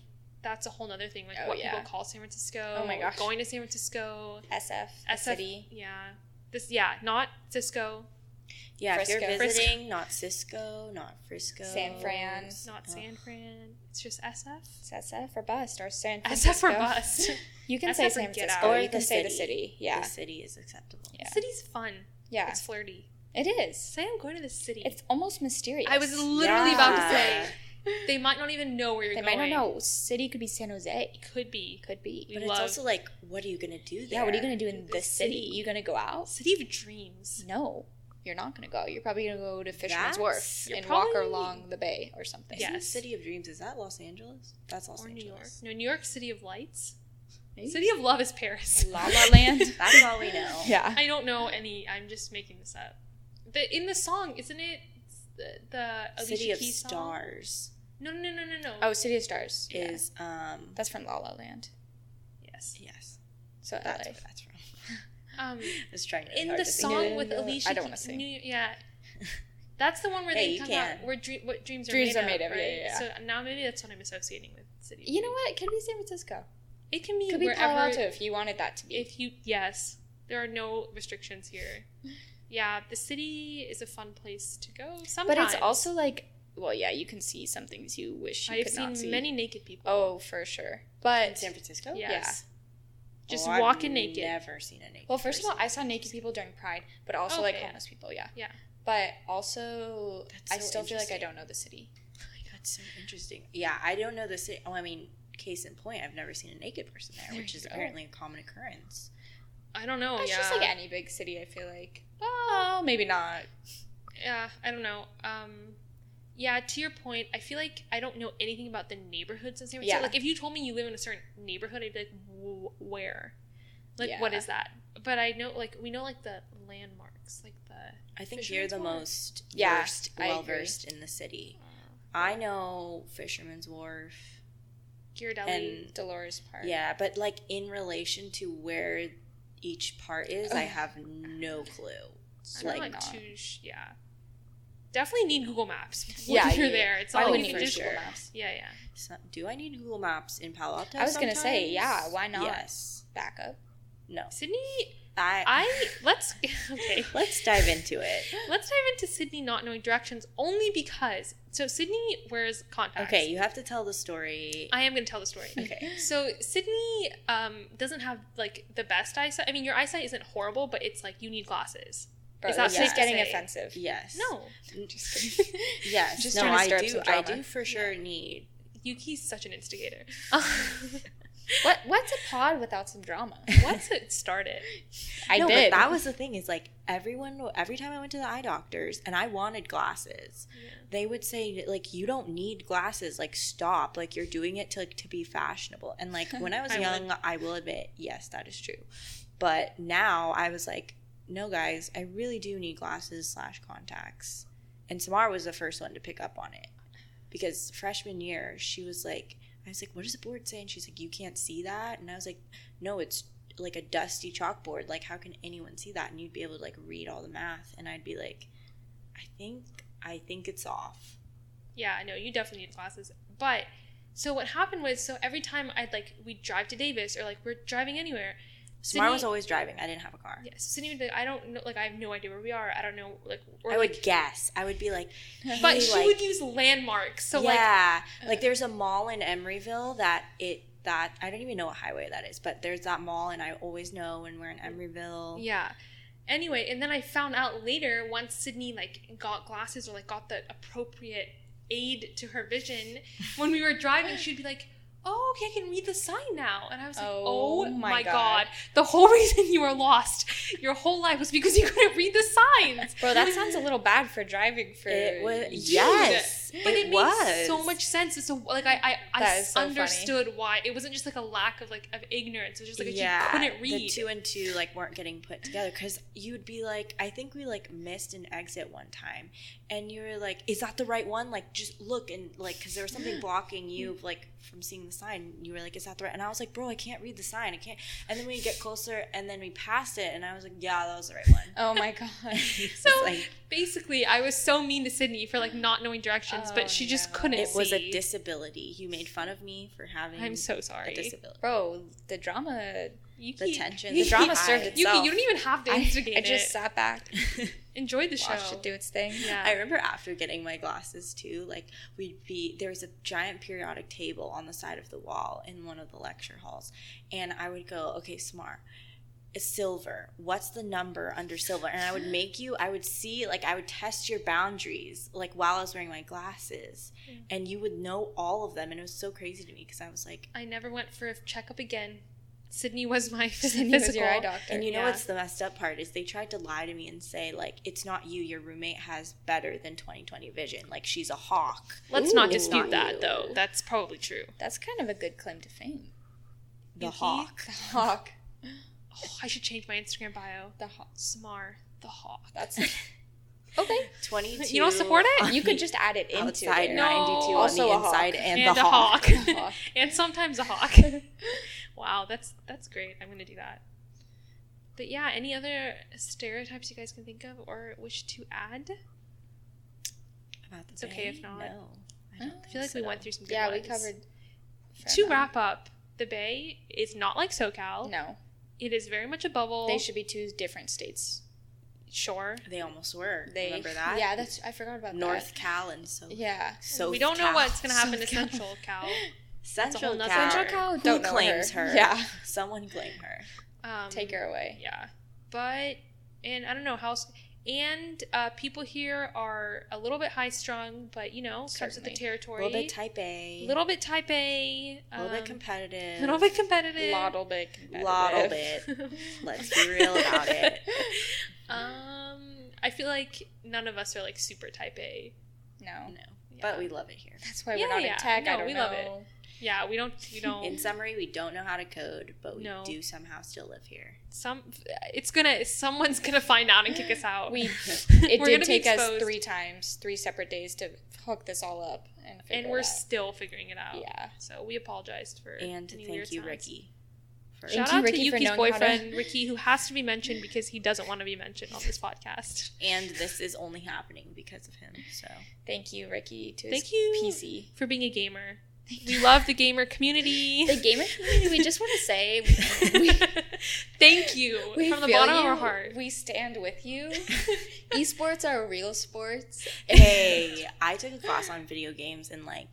Speaker 1: that's a whole nother thing, like
Speaker 3: Oh,
Speaker 1: what
Speaker 3: yeah.
Speaker 1: people call San Francisco.
Speaker 3: Oh my gosh.
Speaker 1: Going to San Francisco.
Speaker 3: SF, the
Speaker 1: SF.
Speaker 3: city.
Speaker 1: Yeah. This, yeah, not Cisco,
Speaker 2: Yeah, if you're
Speaker 3: Frisco.
Speaker 2: visiting, not Cisco, not Frisco,
Speaker 3: San Fran.
Speaker 1: not
Speaker 2: Oh.
Speaker 1: San Fran. It's just SF.
Speaker 3: It's SF or bust or San
Speaker 1: SF
Speaker 3: Francisco.
Speaker 1: for bust.
Speaker 3: You can
Speaker 1: SF
Speaker 3: say
Speaker 1: or
Speaker 3: San
Speaker 1: get
Speaker 3: Francisco
Speaker 1: out.
Speaker 3: or
Speaker 2: Or
Speaker 3: you can
Speaker 2: the
Speaker 3: say the
Speaker 2: city.
Speaker 3: city.
Speaker 2: The
Speaker 3: Yeah,
Speaker 2: city is acceptable.
Speaker 3: Yeah.
Speaker 1: City's fun.
Speaker 3: yeah,
Speaker 1: It's flirty.
Speaker 3: it is.
Speaker 1: Say I'm going to the city.
Speaker 3: It's almost mysterious.
Speaker 1: I was literally about to
Speaker 2: Yeah.
Speaker 1: say they might not even know where you're
Speaker 3: They might
Speaker 1: going.
Speaker 3: not know. City could be San Jose.
Speaker 1: Could be.
Speaker 3: Could be.
Speaker 1: We
Speaker 2: But
Speaker 1: love
Speaker 2: it's also like, what are you gonna do there?
Speaker 3: Yeah, what are you gonna do in
Speaker 1: The
Speaker 3: the city?
Speaker 1: city.
Speaker 3: You gonna go out?
Speaker 1: City of Dreams.
Speaker 3: No, you're not gonna go. You're probably gonna go to Fisherman's
Speaker 2: That's-
Speaker 3: Wharf
Speaker 1: You're
Speaker 3: and walk
Speaker 1: probably-
Speaker 3: along the bay or something.
Speaker 1: Yeah.
Speaker 2: Isn't
Speaker 1: Yes.
Speaker 2: City of Dreams is that Los Angeles? That's Los
Speaker 1: or New
Speaker 2: Angeles.
Speaker 1: York. No, New York City of Lights.
Speaker 3: Maybe.
Speaker 1: City of Love is Paris.
Speaker 3: La La Land.
Speaker 2: That's all we know.
Speaker 3: yeah.
Speaker 1: I don't know any. I'm just making this up. The in the song, isn't it the, the Alicia
Speaker 2: City of
Speaker 1: Keys song?
Speaker 2: Stars
Speaker 1: No, no, no, no, no. no.
Speaker 3: Oh, City of Stars. Yeah.
Speaker 2: is um
Speaker 3: That's from La La Land.
Speaker 1: yes.
Speaker 2: yes.
Speaker 3: So
Speaker 2: That's
Speaker 3: LA.
Speaker 2: where that's from.
Speaker 1: Um,
Speaker 2: I was trying really
Speaker 1: in
Speaker 2: hard
Speaker 1: the
Speaker 2: to think
Speaker 1: song
Speaker 2: of
Speaker 3: No, no,
Speaker 1: with
Speaker 3: no, no,
Speaker 1: Alicia.
Speaker 3: I don't wanna
Speaker 1: Keys-
Speaker 3: sing.
Speaker 1: New- yeah. That's the one where
Speaker 2: Hey,
Speaker 1: they
Speaker 2: you
Speaker 1: talk
Speaker 2: can.
Speaker 1: about where dream, what dreams are
Speaker 3: Dreams
Speaker 1: made
Speaker 3: are made
Speaker 1: of,
Speaker 3: of, yeah,
Speaker 1: right?
Speaker 3: yeah,
Speaker 1: So now maybe that's what I'm associating with City. of
Speaker 3: You know
Speaker 1: Dreams.
Speaker 3: what? It could be San Francisco.
Speaker 1: It can be
Speaker 3: Could be Palo
Speaker 1: wherever-
Speaker 3: Alto if you wanted that to be.
Speaker 1: if you yes there are no restrictions here yeah the city is a fun place to go sometimes
Speaker 3: but it's also like, well, yeah, you can see some things you wish you
Speaker 1: i've
Speaker 3: could
Speaker 1: seen
Speaker 3: not see.
Speaker 1: many naked people
Speaker 3: Oh, for sure.
Speaker 2: in
Speaker 3: But
Speaker 2: San Francisco.
Speaker 1: yes just
Speaker 2: Oh, I've
Speaker 1: walking naked
Speaker 2: Never seen a naked.
Speaker 3: Well, first of all,
Speaker 2: person.
Speaker 3: I saw naked people during Pride, but also like
Speaker 1: Okay, yeah.
Speaker 3: homeless people. Yeah.
Speaker 1: Yeah.
Speaker 3: But also,
Speaker 2: That's
Speaker 3: I
Speaker 2: so
Speaker 3: still feel like I
Speaker 2: interesting.
Speaker 3: don't know the city.
Speaker 2: that's so interesting. Yeah, I don't know the city. Oh, I mean, case in point, I've never seen a naked person there,
Speaker 3: There
Speaker 2: which
Speaker 3: you
Speaker 2: is
Speaker 3: go.
Speaker 2: apparently a common occurrence.
Speaker 1: I don't know.
Speaker 3: it's
Speaker 1: Oh, yeah. Oh.
Speaker 3: just like any big city. I feel like. Well, maybe not.
Speaker 1: yeah, I don't know. Um, yeah, to your point, I feel like I don't know anything about the neighborhoods in San Francisco.
Speaker 3: Yeah.
Speaker 1: Like, if you told me you live in a certain neighborhood, I'd be like, "Wh- where? Like, what
Speaker 3: Yeah.
Speaker 1: is that? But I know, like, we know, like, the landmarks, like the.
Speaker 2: I think
Speaker 1: Fisherman's
Speaker 2: you're the
Speaker 1: Wharf?
Speaker 2: most
Speaker 3: Yeah,
Speaker 2: versed,
Speaker 3: I agree.
Speaker 2: well versed in the city.
Speaker 3: Mm.
Speaker 2: I know Fisherman's Wharf.
Speaker 1: Ghirardelli.
Speaker 2: And-
Speaker 3: Dolores Park.
Speaker 2: Yeah, but like in relation to where each part is, I
Speaker 3: Ugh.
Speaker 2: have no clue.
Speaker 1: I'm not
Speaker 2: like
Speaker 3: not.
Speaker 1: too. Sh- yeah. Definitely need Google Maps. When
Speaker 3: Yeah,
Speaker 1: you're
Speaker 3: yeah,
Speaker 1: there. It's
Speaker 3: I
Speaker 1: not like
Speaker 3: would need
Speaker 1: you can
Speaker 3: for
Speaker 1: just.
Speaker 3: sure.
Speaker 1: Yeah, yeah.
Speaker 2: So, do I need Google Maps in Palo Alto?
Speaker 3: I was gonna say, yeah,
Speaker 2: sometimes?
Speaker 3: why not?
Speaker 2: Yes.
Speaker 3: Backup.
Speaker 2: No.
Speaker 1: Sydney,
Speaker 2: I,
Speaker 1: I let's okay.
Speaker 2: let's dive into it.
Speaker 1: Let's dive into Sydney not knowing directions only because so Sydney wears contacts.
Speaker 2: Okay, you have to tell the story.
Speaker 1: I am going to tell the story.
Speaker 2: Okay.
Speaker 1: So Sydney um, doesn't have like the best eyesight. I mean, your eyesight isn't horrible, but it's like you need glasses.
Speaker 3: Bro,
Speaker 1: It's not
Speaker 3: this is
Speaker 1: safe to
Speaker 3: getting
Speaker 1: say.
Speaker 3: offensive.
Speaker 2: Yes.
Speaker 1: No,
Speaker 3: Just kidding.
Speaker 2: Yes.
Speaker 3: Just
Speaker 2: no,
Speaker 3: trying to
Speaker 2: I
Speaker 3: stir up
Speaker 2: do.
Speaker 3: some
Speaker 2: I
Speaker 3: drama.
Speaker 2: do for sure need.
Speaker 1: Yuki's such an instigator.
Speaker 3: what What's a pod without some drama?
Speaker 1: Once it started,
Speaker 3: I
Speaker 2: no,
Speaker 3: did.
Speaker 2: But that was the thing. Is like everyone. Every time I went to the eye doctors and I wanted glasses, they would say like you don't need glasses. Like stop. Like you're doing it to like, to be fashionable. And like when I was
Speaker 1: I
Speaker 2: young, I will admit, yes, that is true. But now I was like, no, guys, I really do need glasses slash contacts. And Samara was the first one to pick up on it because freshman year she was like, I was like, what does the board say? And she's like, you can't see that. And I was like, no, it's like a dusty chalkboard. Like how can anyone see that? And you'd be able to like read all the math. And I'd be like, I think I think it's off.
Speaker 1: yeah, I know you definitely need glasses. But so what happened was, so every time I'd like we'd drive to Davis or like we're driving anywhere,
Speaker 2: Samara
Speaker 1: Sydney-
Speaker 2: was always driving. I didn't have a car.
Speaker 1: Yes, Sydney would be like, I don't know, like I have no idea where we are. I don't know, like or
Speaker 2: I would
Speaker 1: like,
Speaker 2: guess. I would be like,
Speaker 1: but
Speaker 2: hey,
Speaker 1: she
Speaker 2: like-
Speaker 1: would use landmarks. So like, uh,
Speaker 2: yeah, like, there's a mall in Emeryville that it that I don't even know what highway that is, but there's that mall, and I always know when we're in Emeryville.
Speaker 1: yeah. Anyway, and then I found out later once Sydney like got glasses or like got the appropriate aid to her vision when we were driving, she'd be like. Oh, okay, I can read the sign now. And I was like, oh,
Speaker 3: Oh
Speaker 1: my,
Speaker 3: my
Speaker 1: god.
Speaker 3: God.
Speaker 1: The whole reason you were lost your whole life was because you couldn't read the signs.
Speaker 3: Bro, that sounds a little bad for driving for.
Speaker 2: It was
Speaker 3: you.
Speaker 2: yes,
Speaker 1: But it,
Speaker 2: it,
Speaker 1: makes
Speaker 2: was
Speaker 1: so much sense. It's so like I I, I
Speaker 3: That is so funny.
Speaker 1: understood why it wasn't just like a lack of like of ignorance. It was just like
Speaker 2: yeah,
Speaker 1: she couldn't
Speaker 2: the
Speaker 1: read.
Speaker 2: two and two like weren't getting put together because you would be like, I think we like missed an exit one time, and you were like, is that the right one? Like just look and like because there was something blocking you like from seeing the sign. You were like, is that the right? And I was like, bro, I can't read the sign. I can't. And then we get closer, and then we passed it, and I was like, yeah, that was the right one.
Speaker 3: Oh my god.
Speaker 1: so
Speaker 2: It's like-
Speaker 1: basically, I was so mean to Sydney for like not knowing directions,
Speaker 3: Oh,
Speaker 1: but she just
Speaker 3: no.
Speaker 1: couldn't.
Speaker 2: it was a
Speaker 1: see.
Speaker 2: disability. You made fun of me for having
Speaker 1: I'm so
Speaker 2: a
Speaker 1: sorry.
Speaker 2: disability.
Speaker 3: Bro, the drama.
Speaker 1: Yuki,
Speaker 2: The tension,
Speaker 3: The
Speaker 2: the
Speaker 3: drama
Speaker 2: high.
Speaker 3: served
Speaker 1: Yuki, you
Speaker 3: itself.
Speaker 1: don't even have to
Speaker 3: I,
Speaker 1: instigate
Speaker 3: I just
Speaker 1: it.
Speaker 3: sat back,
Speaker 1: Enjoy the show.
Speaker 3: watched it do its thing.
Speaker 1: Yeah.
Speaker 2: I remember after getting my glasses too, like we'd be there was a giant periodic table on the side of the wall in one of the lecture halls, and I would go, okay, smart. It's silver. What's the number under silver? And I would make you, I would see, like, I would test your boundaries, like, while I was wearing my glasses.
Speaker 1: Yeah.
Speaker 2: And you would know all of them. And it was so crazy to me because I was like,
Speaker 1: I never went for a checkup again. Sydney was my
Speaker 3: Sydney
Speaker 1: physical.
Speaker 3: was your eye doctor.
Speaker 2: And you know
Speaker 1: Yeah.
Speaker 2: what's the messed up part is they tried to lie to me and say like it's not you. Your roommate has better than 2020 vision. Like she's a hawk.
Speaker 1: Let's not
Speaker 2: Ooh.
Speaker 1: dispute
Speaker 2: Not
Speaker 1: that
Speaker 2: you.
Speaker 1: though. That's probably true.
Speaker 3: That's kind of a good claim to fame.
Speaker 2: The
Speaker 1: Yuki?
Speaker 2: hawk.
Speaker 3: The hawk.
Speaker 1: Oh, I should change my Instagram bio.
Speaker 3: The hawk.
Speaker 1: Smar the Hawk.
Speaker 3: That's okay.
Speaker 2: 22.
Speaker 1: You don't support it?
Speaker 2: on
Speaker 3: You could
Speaker 2: the
Speaker 3: just add it into
Speaker 2: outside
Speaker 3: there.
Speaker 1: No.
Speaker 2: 92 on the
Speaker 3: Also a
Speaker 2: inside
Speaker 3: hawk.
Speaker 2: and,
Speaker 1: And
Speaker 2: the
Speaker 1: a
Speaker 2: hawk.
Speaker 1: hawk.
Speaker 3: The hawk.
Speaker 1: and sometimes a hawk. wow, that's that's great. I'm gonna do that. But yeah, any other stereotypes you guys can think of or wish to add?
Speaker 2: About the
Speaker 1: It's okay
Speaker 2: bay?
Speaker 1: if not.
Speaker 2: No,
Speaker 3: I
Speaker 1: I feel like we went through some. Good
Speaker 3: Yeah, we
Speaker 1: ones.
Speaker 3: covered. fair
Speaker 1: To
Speaker 2: um,
Speaker 3: amount.
Speaker 1: wrap up, the Bay is not like SoCal.
Speaker 3: No,
Speaker 1: It is very much a bubble.
Speaker 3: they should be two different states.
Speaker 1: sure.
Speaker 2: They almost were.
Speaker 3: They
Speaker 2: Remember that?
Speaker 3: Yeah, that's I forgot about
Speaker 2: North Cal and so.
Speaker 3: That. Yeah,
Speaker 2: So
Speaker 1: we don't know
Speaker 2: Cal.
Speaker 1: what's gonna happen to Central
Speaker 3: SoCal.
Speaker 1: Cal. a whole
Speaker 2: Central
Speaker 1: nother-
Speaker 2: Cal.
Speaker 3: Central
Speaker 1: Or-
Speaker 3: Cal.
Speaker 2: Who
Speaker 3: Don't know
Speaker 2: claims her?
Speaker 3: Yeah,
Speaker 2: Someone claim her.
Speaker 1: Um,
Speaker 3: take her away.
Speaker 1: Yeah, but and I don't know how. else- And uh, people here are a little bit high strung, but you know, comes with the
Speaker 3: Certainly.
Speaker 2: A
Speaker 1: territory.
Speaker 2: little bit type A.
Speaker 1: little bit type A.
Speaker 2: a little bit
Speaker 1: um,
Speaker 2: competitive.
Speaker 1: little bit competitive.
Speaker 3: Loddle bit. competitive.
Speaker 2: Loddle bit. Let's be real about it.
Speaker 1: um, I feel like none of us are like super type A.
Speaker 3: No.
Speaker 2: No, but
Speaker 1: Yeah.
Speaker 2: we love it here.
Speaker 3: That's why
Speaker 1: Yeah,
Speaker 3: we're not
Speaker 1: yeah.
Speaker 3: in tech.
Speaker 1: No,
Speaker 3: I don't
Speaker 1: we
Speaker 3: know.
Speaker 1: love it. Yeah, we don't. We don't.
Speaker 2: In summary, we don't know how to code, but we
Speaker 1: No.
Speaker 2: do somehow still live here.
Speaker 1: some. It's gonna. Someone's gonna find out and kick us out.
Speaker 3: We
Speaker 1: We're
Speaker 3: it
Speaker 1: gonna
Speaker 3: did
Speaker 1: be
Speaker 3: take us
Speaker 1: exposed.
Speaker 3: three times, three separate days to hook this all up and figure
Speaker 1: and we're
Speaker 3: it out.
Speaker 1: still figuring it out.
Speaker 3: yeah.
Speaker 1: So we apologized for.
Speaker 2: And
Speaker 1: any
Speaker 2: thank
Speaker 1: weird
Speaker 2: you,
Speaker 1: sounds.
Speaker 2: Ricky. For
Speaker 3: Thank
Speaker 1: Shout
Speaker 3: you,
Speaker 1: out
Speaker 3: Ricky,
Speaker 1: to
Speaker 3: for
Speaker 1: Yuki's
Speaker 3: knowing how to-
Speaker 1: boyfriend, Ricky, who has to be mentioned because he doesn't want to be mentioned on this podcast.
Speaker 2: and this is only happening because of him. So
Speaker 3: Thank you, Ricky. To
Speaker 1: Thank
Speaker 3: his
Speaker 1: you
Speaker 3: PC.
Speaker 1: for being a gamer. We love the gamer community.
Speaker 3: The gamer community. We just want to say we, we,
Speaker 1: Thank you
Speaker 3: we
Speaker 1: from the
Speaker 3: feel
Speaker 1: bottom of
Speaker 3: you.
Speaker 1: our heart.
Speaker 3: We stand with you. Esports are real sports.
Speaker 2: hey, I took a class on video games and like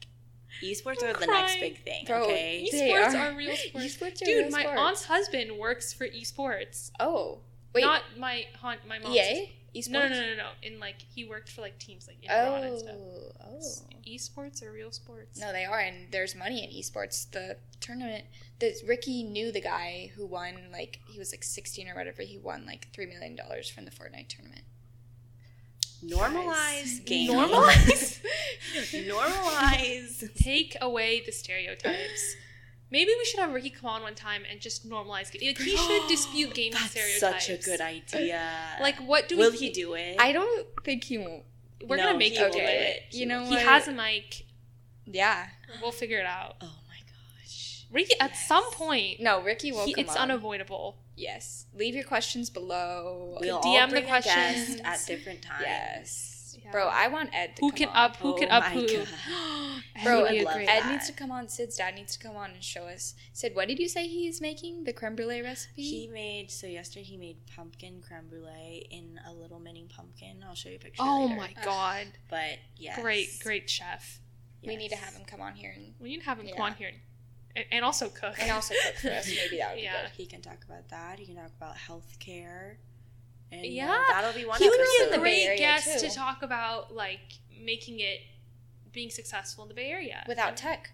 Speaker 2: esports
Speaker 1: I'm
Speaker 2: are the next
Speaker 1: crying.
Speaker 2: big thing.
Speaker 3: Bro,
Speaker 2: okay,
Speaker 3: esports-
Speaker 1: Esports
Speaker 3: are-
Speaker 1: are real sports.
Speaker 3: Esports are
Speaker 1: Dude,
Speaker 3: real
Speaker 1: my
Speaker 3: sports.
Speaker 1: aunt's husband works for esports.
Speaker 3: Oh, wait. E
Speaker 1: Not my aunt, my mom's.
Speaker 3: EA? Esports?
Speaker 1: No, no, no, no, no. In like he worked for like teams like Iran and stuff.
Speaker 3: Oh, oh.
Speaker 1: Esports are real sports.
Speaker 3: No, they are, and there's money in esports. The tournament, the Ricky knew the guy who won. Like he was like 16 or whatever. He won like three million dollars from the Fortnite tournament.
Speaker 2: normalize gaming.
Speaker 1: Normalize?
Speaker 2: normalize.
Speaker 1: Take away the stereotypes. Maybe we should have Ricky come on one time and just normalize. Like, he should dispute gaming
Speaker 2: That's
Speaker 1: stereotypes.
Speaker 2: such a good idea.
Speaker 1: Like, what do
Speaker 2: will
Speaker 1: we?
Speaker 2: he do it?
Speaker 3: I don't think he won't.
Speaker 1: We're
Speaker 2: No,
Speaker 1: gonna make
Speaker 2: he
Speaker 1: him
Speaker 2: will
Speaker 1: do
Speaker 2: do
Speaker 1: it.
Speaker 2: it.
Speaker 3: You know
Speaker 1: He
Speaker 3: what?
Speaker 1: has a mic.
Speaker 3: Yeah.
Speaker 1: We'll figure it out.
Speaker 2: oh my gosh.
Speaker 1: Ricky, at
Speaker 2: Yes.
Speaker 1: some point,
Speaker 3: No, Ricky will
Speaker 1: he-
Speaker 3: come
Speaker 1: it's
Speaker 3: on.
Speaker 1: unavoidable.
Speaker 3: yes. Leave your questions below.
Speaker 2: We'll
Speaker 1: DM
Speaker 2: all
Speaker 1: the
Speaker 2: bring a guest
Speaker 1: questions.
Speaker 2: at different times.
Speaker 3: yes.
Speaker 1: Yeah.
Speaker 3: Bro, I want Ed to
Speaker 1: Who
Speaker 3: come
Speaker 1: can
Speaker 3: on.
Speaker 1: up? Who can
Speaker 2: Oh
Speaker 1: up
Speaker 2: my
Speaker 1: who?
Speaker 2: God.
Speaker 1: That
Speaker 3: Bro,
Speaker 1: would
Speaker 2: I'd
Speaker 1: be a
Speaker 2: love
Speaker 1: great-
Speaker 2: that.
Speaker 3: Ed needs to come on. Sid's dad needs to come on and show us. Sid, what did you say he's making? The creme brulee recipe?
Speaker 2: He made so yesterday he made pumpkin creme brulee in a little mini pumpkin. I'll show you a picture.
Speaker 1: Oh
Speaker 2: later.
Speaker 1: my god!
Speaker 2: But yes.
Speaker 1: Great, great chef.
Speaker 3: We need to
Speaker 2: yes.
Speaker 3: have him come on here and,
Speaker 1: We need to have him come
Speaker 3: Yeah.
Speaker 1: on here and, and also cook.
Speaker 3: and also cook for us. Maybe that would be
Speaker 1: Yeah.
Speaker 3: good.
Speaker 2: He can talk about that. He can talk about healthcare. And uh,
Speaker 1: Yeah.
Speaker 2: that'll be one
Speaker 1: he would be
Speaker 2: episode.
Speaker 1: a
Speaker 3: the
Speaker 1: great
Speaker 3: Bay Area,
Speaker 1: guest
Speaker 3: too.
Speaker 1: to talk about like making it being successful in the Bay Area
Speaker 3: Without tech,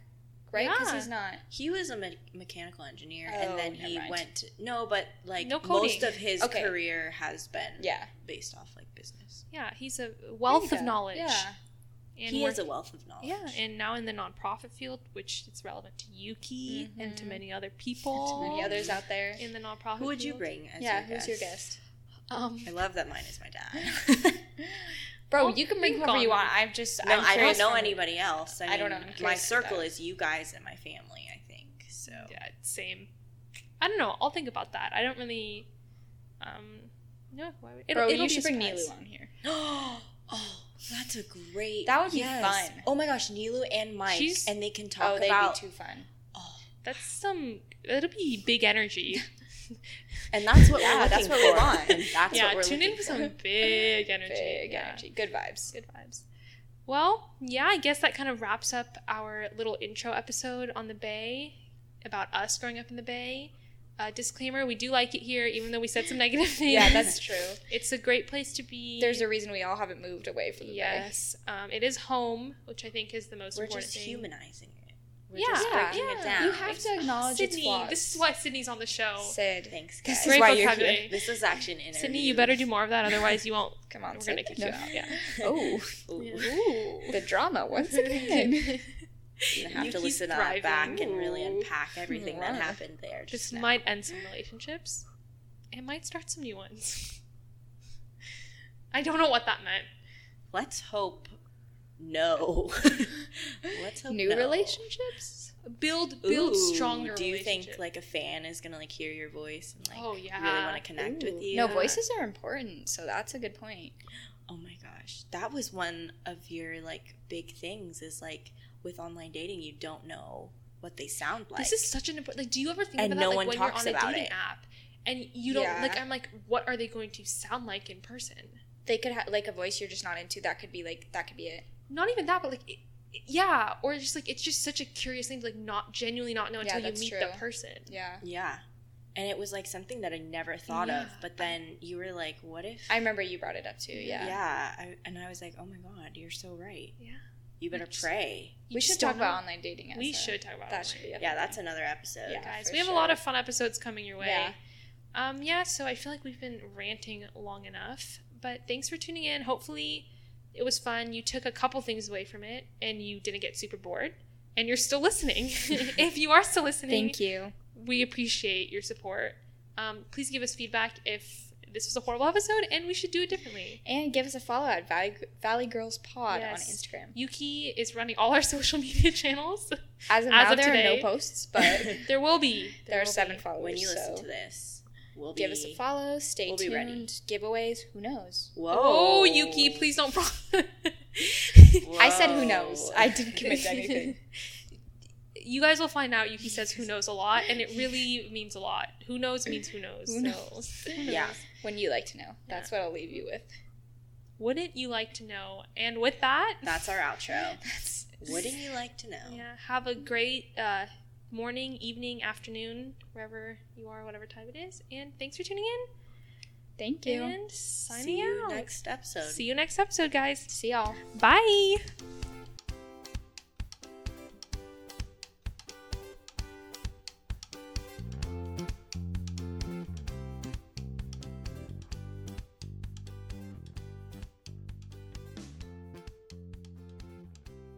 Speaker 3: right? Because
Speaker 1: Yeah.
Speaker 3: he's not.
Speaker 2: He was a me- mechanical engineer,
Speaker 3: Oh,
Speaker 2: and then
Speaker 3: never
Speaker 2: he
Speaker 3: mind.
Speaker 2: went. To, no, but like
Speaker 1: No
Speaker 2: most
Speaker 1: coding.
Speaker 2: of his
Speaker 3: Okay.
Speaker 2: career has been
Speaker 3: Yeah.
Speaker 2: based off like business.
Speaker 1: Yeah, he's a wealth
Speaker 3: There
Speaker 1: of
Speaker 3: you go.
Speaker 1: knowledge.
Speaker 3: Yeah.
Speaker 1: and
Speaker 2: he
Speaker 1: we're-
Speaker 2: is a wealth of knowledge.
Speaker 1: yeah, and now in the nonprofit field, which is relevant to Yuki and to
Speaker 3: Mhm.
Speaker 1: many other
Speaker 3: And to
Speaker 1: people.
Speaker 3: many others out there.
Speaker 1: in the nonprofit.
Speaker 2: Who would you
Speaker 1: field.
Speaker 2: bring as
Speaker 3: yeah,
Speaker 2: your
Speaker 3: who's
Speaker 2: guest?
Speaker 3: your guest?
Speaker 1: Um,
Speaker 2: I love that mine is my dad.
Speaker 3: Bro,
Speaker 1: Well,
Speaker 3: you can bring
Speaker 1: think
Speaker 3: whoever you
Speaker 1: on-
Speaker 3: want. I've just
Speaker 2: No,
Speaker 3: I'm
Speaker 2: I
Speaker 3: curious
Speaker 2: don't know
Speaker 3: from-
Speaker 2: anybody else. I,
Speaker 3: I don't
Speaker 2: mean,
Speaker 3: know. I'm
Speaker 2: My
Speaker 3: curious about
Speaker 2: circle
Speaker 3: that.
Speaker 2: is you guys and my family, I think. So
Speaker 1: yeah, same. I don't know. I'll think about that. I don't really. Um, no, why would,
Speaker 3: Bro,
Speaker 1: it'll
Speaker 3: you
Speaker 1: be a
Speaker 3: should bring
Speaker 1: surprise.
Speaker 3: Nilu on here.
Speaker 2: Oh, that's a great.
Speaker 3: That would be fun.
Speaker 2: Oh my gosh, Nilu and Mike,
Speaker 1: She's-
Speaker 2: and they can
Speaker 3: oh,
Speaker 2: talk
Speaker 3: they'd
Speaker 2: about.
Speaker 3: be too fun.
Speaker 2: oh,
Speaker 1: That's some. It'll be big energy.
Speaker 2: and that's what
Speaker 3: Yeah,
Speaker 2: we're
Speaker 3: that's
Speaker 2: looking
Speaker 3: what we
Speaker 2: for,
Speaker 3: want.
Speaker 2: and that's
Speaker 1: yeah,
Speaker 2: what we're
Speaker 1: tune in
Speaker 2: looking
Speaker 1: for
Speaker 2: for.
Speaker 1: some big energy.
Speaker 3: Big
Speaker 1: yeah.
Speaker 3: energy. Good vibes.
Speaker 1: Good vibes. Well, yeah, I guess that kind of wraps up our little intro episode on the Bay about us growing up in the Bay. Uh, disclaimer: We do like it here, even though we said some negative things.
Speaker 3: Yeah, that's true.
Speaker 1: it's a great place to be.
Speaker 3: There's a reason we all haven't moved away from the Bay.
Speaker 1: yes, um, it is home, which I think is the most
Speaker 2: We're
Speaker 1: important
Speaker 2: just
Speaker 1: thing.
Speaker 2: humanizing it. We're
Speaker 1: Yeah,
Speaker 2: just
Speaker 3: yeah.
Speaker 2: breaking it
Speaker 1: Yeah.
Speaker 2: down.
Speaker 3: You have to acknowledge its
Speaker 1: Sydney,
Speaker 3: flaws.
Speaker 1: this is why Sydney's on the show.
Speaker 3: Sid,
Speaker 2: Thanks,
Speaker 3: This
Speaker 2: guys.
Speaker 3: is Great
Speaker 2: why you're
Speaker 1: vocabulary.
Speaker 2: here. This is action interview.
Speaker 1: Sydney, you better do more of that, otherwise you won't.
Speaker 3: come on,
Speaker 1: We're
Speaker 3: Sid.
Speaker 1: gonna kick you out. Yeah.
Speaker 3: Oh,
Speaker 2: Ooh,
Speaker 3: the drama once again.
Speaker 2: you have to
Speaker 1: Yuki's
Speaker 2: listen to
Speaker 1: thriving.
Speaker 2: that back and really
Speaker 3: Ooh.
Speaker 2: unpack everything that
Speaker 3: Wow.
Speaker 2: happened there. Just
Speaker 1: This
Speaker 2: now.
Speaker 1: might end some relationships. It might start some new ones. I don't know what that meant.
Speaker 2: Let's hope. No. Let's hope
Speaker 3: New
Speaker 2: no.
Speaker 3: relationships?
Speaker 1: Build build
Speaker 2: Ooh,
Speaker 1: stronger.
Speaker 2: Do you think
Speaker 1: relationships.
Speaker 2: like a fan is gonna like hear your voice and like
Speaker 1: oh yeah,
Speaker 2: really want to connect
Speaker 3: Ooh.
Speaker 2: with you?
Speaker 3: No, voices are important, so that's a good point.
Speaker 2: Oh my gosh, that was one of your like big things. Is like with online dating, you don't know what they sound like.
Speaker 1: this is such an important. Like, do you ever think
Speaker 2: And
Speaker 1: about
Speaker 2: no
Speaker 1: that? Like
Speaker 2: one
Speaker 1: when you're
Speaker 2: talks
Speaker 1: on a
Speaker 2: about
Speaker 1: dating
Speaker 2: it.
Speaker 1: app, and you don't
Speaker 3: Yeah.
Speaker 1: like. I'm like, what are they going to sound like in person?
Speaker 3: They could have like a voice you're just not into. That could be like that could be it.
Speaker 1: Not even that, but like, it, it- yeah, or just like it's just such a curious thing to like not genuinely not know
Speaker 3: Yeah,
Speaker 1: until you
Speaker 3: that's
Speaker 1: meet
Speaker 3: true.
Speaker 1: the person.
Speaker 3: Yeah.
Speaker 2: yeah, and it was like something that I never thought of.
Speaker 1: Yeah.
Speaker 2: But then you were like, "What if?"
Speaker 3: I remember you brought it up too. Yeah.
Speaker 2: yeah. I, and I was like, "Oh my god, you're so right.
Speaker 1: Yeah.
Speaker 2: You better
Speaker 1: just-
Speaker 2: pray."
Speaker 3: We should talk about online dating. as
Speaker 1: We
Speaker 3: a-
Speaker 1: should talk about
Speaker 3: That
Speaker 1: online
Speaker 3: should be. a
Speaker 1: dating.
Speaker 2: Yeah,
Speaker 3: whole
Speaker 2: that's
Speaker 3: thing.
Speaker 2: another episode.
Speaker 3: Yeah.
Speaker 1: guys.
Speaker 3: for
Speaker 1: We have a lot
Speaker 3: sure.
Speaker 1: of fun episodes coming your way.
Speaker 3: Yeah.
Speaker 1: Um, yeah, so I feel like we've been ranting long enough, but thanks for tuning in. Hopefully, it was fun. You took a couple things away from it and you didn't get super bored. And you're still listening. if you are still listening,
Speaker 3: Thank you.
Speaker 1: we appreciate your support. Um, please give us feedback if this was a horrible episode and we should do it differently.
Speaker 3: And give us a follow at Valley, Valley Girls Pod
Speaker 1: Yes.
Speaker 3: on Instagram.
Speaker 1: Yuki is running all our social media channels.
Speaker 3: As of
Speaker 1: As
Speaker 3: now,
Speaker 1: of
Speaker 3: there are
Speaker 1: today-
Speaker 3: no posts, but there,
Speaker 1: There will be.
Speaker 3: are
Speaker 1: will
Speaker 3: seven
Speaker 1: be.
Speaker 3: followers.
Speaker 2: When you listen
Speaker 3: so
Speaker 2: to this, we'll be
Speaker 3: give us a follow. Stay
Speaker 2: we'll be
Speaker 3: tuned.
Speaker 2: ready.
Speaker 3: Giveaways. Who knows?
Speaker 2: Whoa,
Speaker 1: Oh, Yuki, please don't. pro-
Speaker 3: I said who
Speaker 2: Whoa.
Speaker 3: knows. I didn't commit to anything.
Speaker 1: you guys will find out Yuki says who knows a lot, and it really means a lot. Who knows means who knows.
Speaker 3: Who
Speaker 1: so-
Speaker 3: knows?
Speaker 2: yeah.
Speaker 3: when you like to know. That's what I'll leave you with.
Speaker 1: Wouldn't you like to know? And with that,
Speaker 2: That's our outro.
Speaker 3: That's
Speaker 2: Wouldn't you like to know?
Speaker 1: yeah, have a great uh, morning, evening, afternoon, wherever you are, whatever time it is. And thanks for tuning in
Speaker 3: Thank you.
Speaker 1: and signing
Speaker 2: See you
Speaker 1: out.
Speaker 2: next episode.
Speaker 1: See you next episode, guys.
Speaker 3: See y'all.
Speaker 1: Bye.